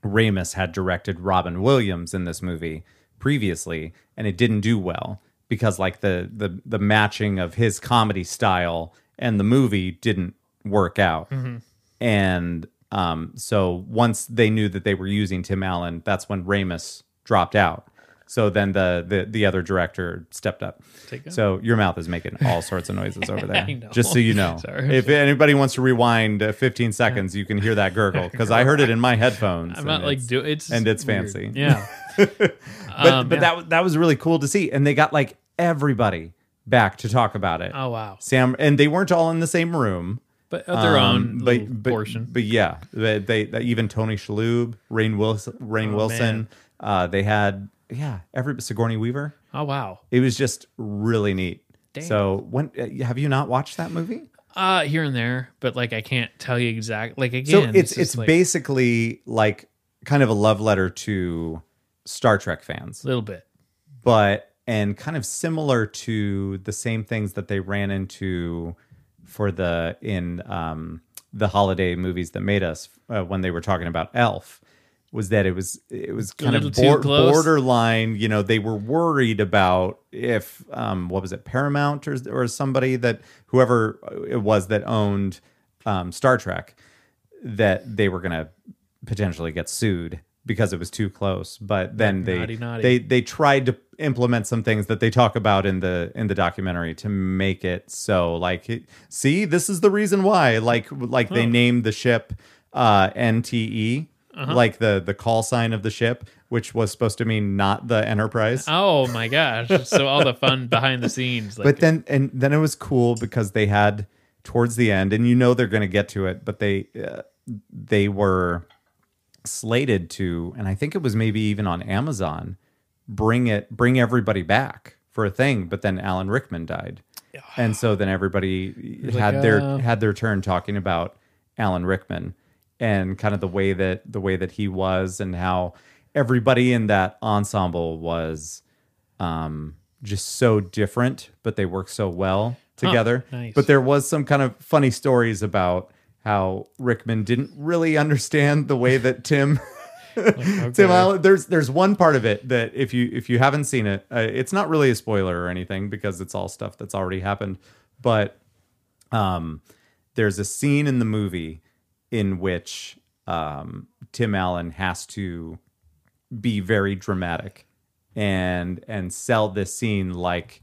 Speaker 1: Ramis had directed Robin Williams in this movie previously, and it didn't do well because like the the the matching of his comedy style and the movie didn't work out.
Speaker 2: Mm-hmm.
Speaker 1: And um, so once they knew that they were using Tim Allen, that's when Ramis dropped out. So then the the, the other director stepped up.
Speaker 2: Take that.
Speaker 1: So your mouth is making all sorts of noises over there.
Speaker 2: [LAUGHS] I know.
Speaker 1: Just so you know,
Speaker 2: Sorry.
Speaker 1: if anybody wants to rewind uh, 15 seconds, you can hear that gurgle because I heard it in my headphones.
Speaker 2: i'm not
Speaker 1: and
Speaker 2: like
Speaker 1: it's-
Speaker 2: do um, it's
Speaker 1: and it's
Speaker 2: weird.
Speaker 1: fancy. [LAUGHS]
Speaker 2: yeah
Speaker 1: but but that wa- that was really cool to see, and they got like everybody back to talk about it.
Speaker 2: oh wow
Speaker 1: Sam and they weren't all in the same room.
Speaker 2: but of their
Speaker 1: Um,
Speaker 2: own little
Speaker 1: but, but,
Speaker 2: portion
Speaker 1: But yeah, they, they, they- even Tony Shalhoub, Rain Wilson, Rain
Speaker 2: Oh,
Speaker 1: Wilson, uh, they had yeah, every Sigourney Weaver.
Speaker 2: oh wow
Speaker 1: It was just really neat. So when uh, have you not watched that movie?
Speaker 2: uh here and there but like i can't tell you exactly like
Speaker 1: So
Speaker 2: again
Speaker 1: it's
Speaker 2: just
Speaker 1: it's
Speaker 2: like,
Speaker 1: basically like kind of a love letter to Star Trek fans,
Speaker 2: a little bit
Speaker 1: but and kind of similar to the same things that they ran into for the in um, the holiday movies that made us uh, when they were talking about Elf was that it was it was kind
Speaker 2: little
Speaker 1: of
Speaker 2: too
Speaker 1: bor-
Speaker 2: close.
Speaker 1: borderline you know they were worried about if um what was it Paramount or or somebody that whoever it was that owned um Star Trek that they were going to potentially get sued because it was too close but then they
Speaker 2: Naughty, naughty.
Speaker 1: they they tried to implement some things that they talk about in the in the documentary to make it so like it- see this is the reason why like like they named the ship uh NTE like the the call sign of the ship, which was supposed to mean not the Enterprise.
Speaker 2: Oh my gosh! So all the fun behind the scenes, like,
Speaker 1: but then and then it was cool because they had towards the end and you know they're going to get to it but they uh, they were slated to and i think it was maybe even on amazon bring it bring everybody back for a thing but then alan rickman died and so then everybody had their
Speaker 2: uh,
Speaker 1: had their turn talking about alan rickman and kind of the way that the way that he was and how everybody in that ensemble was um, just so different, but they work so well together.
Speaker 2: nice.
Speaker 1: But there was some kind of funny stories about how Rickman didn't really understand the way that Tim. [LAUGHS] Tim Allen, there's there's one part of it that if you if you haven't seen it, uh, it's not really a spoiler or anything because it's all stuff that's already happened. But um, there's a scene in the movie in which um, Tim Allen has to be very dramatic and and sell this scene like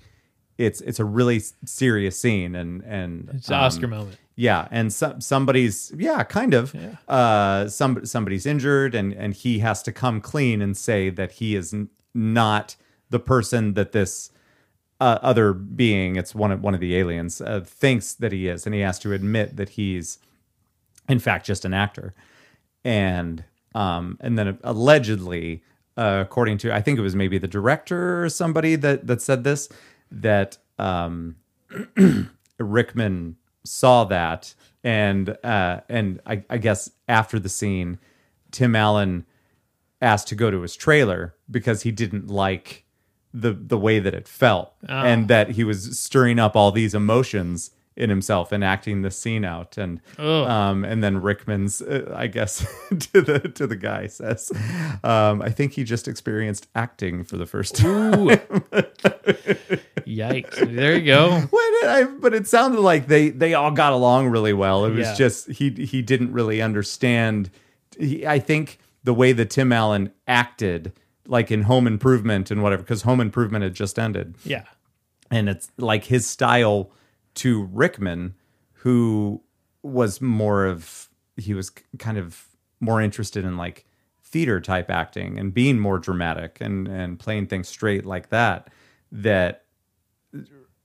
Speaker 1: it's it's a really s- serious scene and and um,
Speaker 2: it's an Oscar moment.
Speaker 1: yeah and some somebody's yeah kind of uh some somebody's injured and and he has to come clean and say that he is n- not the person that this uh, other being it's one of one of the aliens uh, thinks that he is and he has to admit that he's in fact just an actor and um and then allegedly uh, according to i think it was maybe the director or somebody that that said this that um rickman saw that and uh and i, I guess after the scene tim allen asked to go to his trailer because he didn't like the the way that it felt and that he was stirring up all these emotions in himself and acting the scene out and um and then Rickman's uh, I guess [LAUGHS] to the to the guy says um I think he just experienced acting for the first time
Speaker 2: Ooh. Yikes! There you go.
Speaker 1: [LAUGHS] What I, but it sounded like they they all got along really well. It was
Speaker 2: Yeah.
Speaker 1: just he he didn't really understand. He, I think the way that Tim Allen acted, like in Home Improvement and whatever, because Home Improvement had just ended,
Speaker 2: Yeah.
Speaker 1: and it's like his style to Rickman, who was more of he was k- kind of more interested in like theater type acting and being more dramatic and and playing things straight like that. That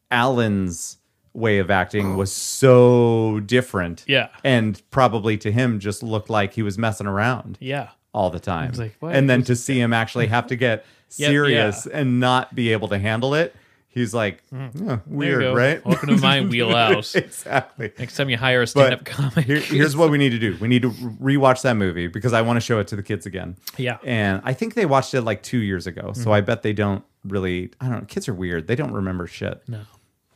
Speaker 1: Alan's way of acting was so different.
Speaker 2: Yeah.
Speaker 1: And probably to him just looked like he was messing around
Speaker 2: Yeah.
Speaker 1: all the time.
Speaker 2: like, what
Speaker 1: and then to see him actually have to get
Speaker 2: [LAUGHS] Yep,
Speaker 1: serious and not be able to handle it, he's like, "Yeah,
Speaker 2: Hmm. There you
Speaker 1: weird, [LAUGHS]
Speaker 2: go.
Speaker 1: right?
Speaker 2: Welcome to my wheelhouse. [LAUGHS]
Speaker 1: exactly.
Speaker 2: Next time you hire a stand-up
Speaker 1: But
Speaker 2: comic,
Speaker 1: here- here's what we need to do. We need to rewatch that movie because I want to show it to the kids again.
Speaker 2: [LAUGHS]
Speaker 1: [LAUGHS]
Speaker 2: Yeah.
Speaker 1: And I think they watched it like two years ago.
Speaker 2: Mm-hmm.
Speaker 1: So I bet they don't really, I don't know. Kids are weird. They don't remember shit. No.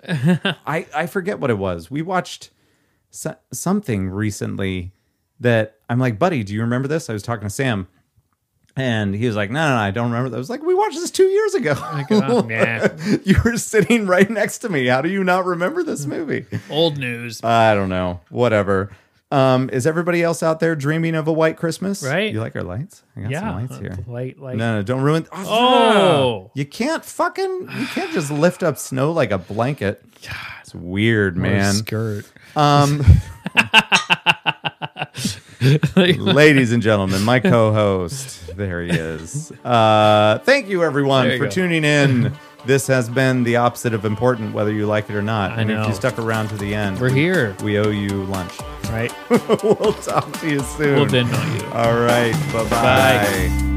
Speaker 1: [LAUGHS] I, I forget what it was. We watched so- something recently that I'm like, buddy, do you remember this? I was talking to Sam and he was like, no, no, no I don't remember. That. I was like, we watched this two years ago.
Speaker 2: Oh God, nah.
Speaker 1: [LAUGHS] you were sitting right next to me. How do you not remember this
Speaker 2: Mm.
Speaker 1: movie?
Speaker 2: old news.
Speaker 1: I don't know. Whatever. Um, is everybody else out there dreaming of a white Christmas?
Speaker 2: Right.
Speaker 1: You like our lights? I got
Speaker 2: yeah.
Speaker 1: some lights here.
Speaker 2: Light, light.
Speaker 1: No, no, don't ruin.
Speaker 2: Oh.
Speaker 1: you can't fucking. You can't just lift up snow like a blanket. It's weird, man.
Speaker 2: skirt. [LAUGHS]
Speaker 1: Um, ladies and gentlemen, my co-host. There he is. Uh, thank you, everyone,
Speaker 2: There you
Speaker 1: for
Speaker 2: go.
Speaker 1: tuning in. This has been the opposite of important, whether you like it or not.
Speaker 2: I
Speaker 1: and if
Speaker 2: know.
Speaker 1: you stuck around to the end,
Speaker 2: We're
Speaker 1: we-
Speaker 2: here.
Speaker 1: We owe you lunch.
Speaker 2: Right.
Speaker 1: [LAUGHS] we'll talk to you soon.
Speaker 2: We'll bend on you.
Speaker 1: All right. Bye-bye. bye
Speaker 2: Bye.
Speaker 1: bye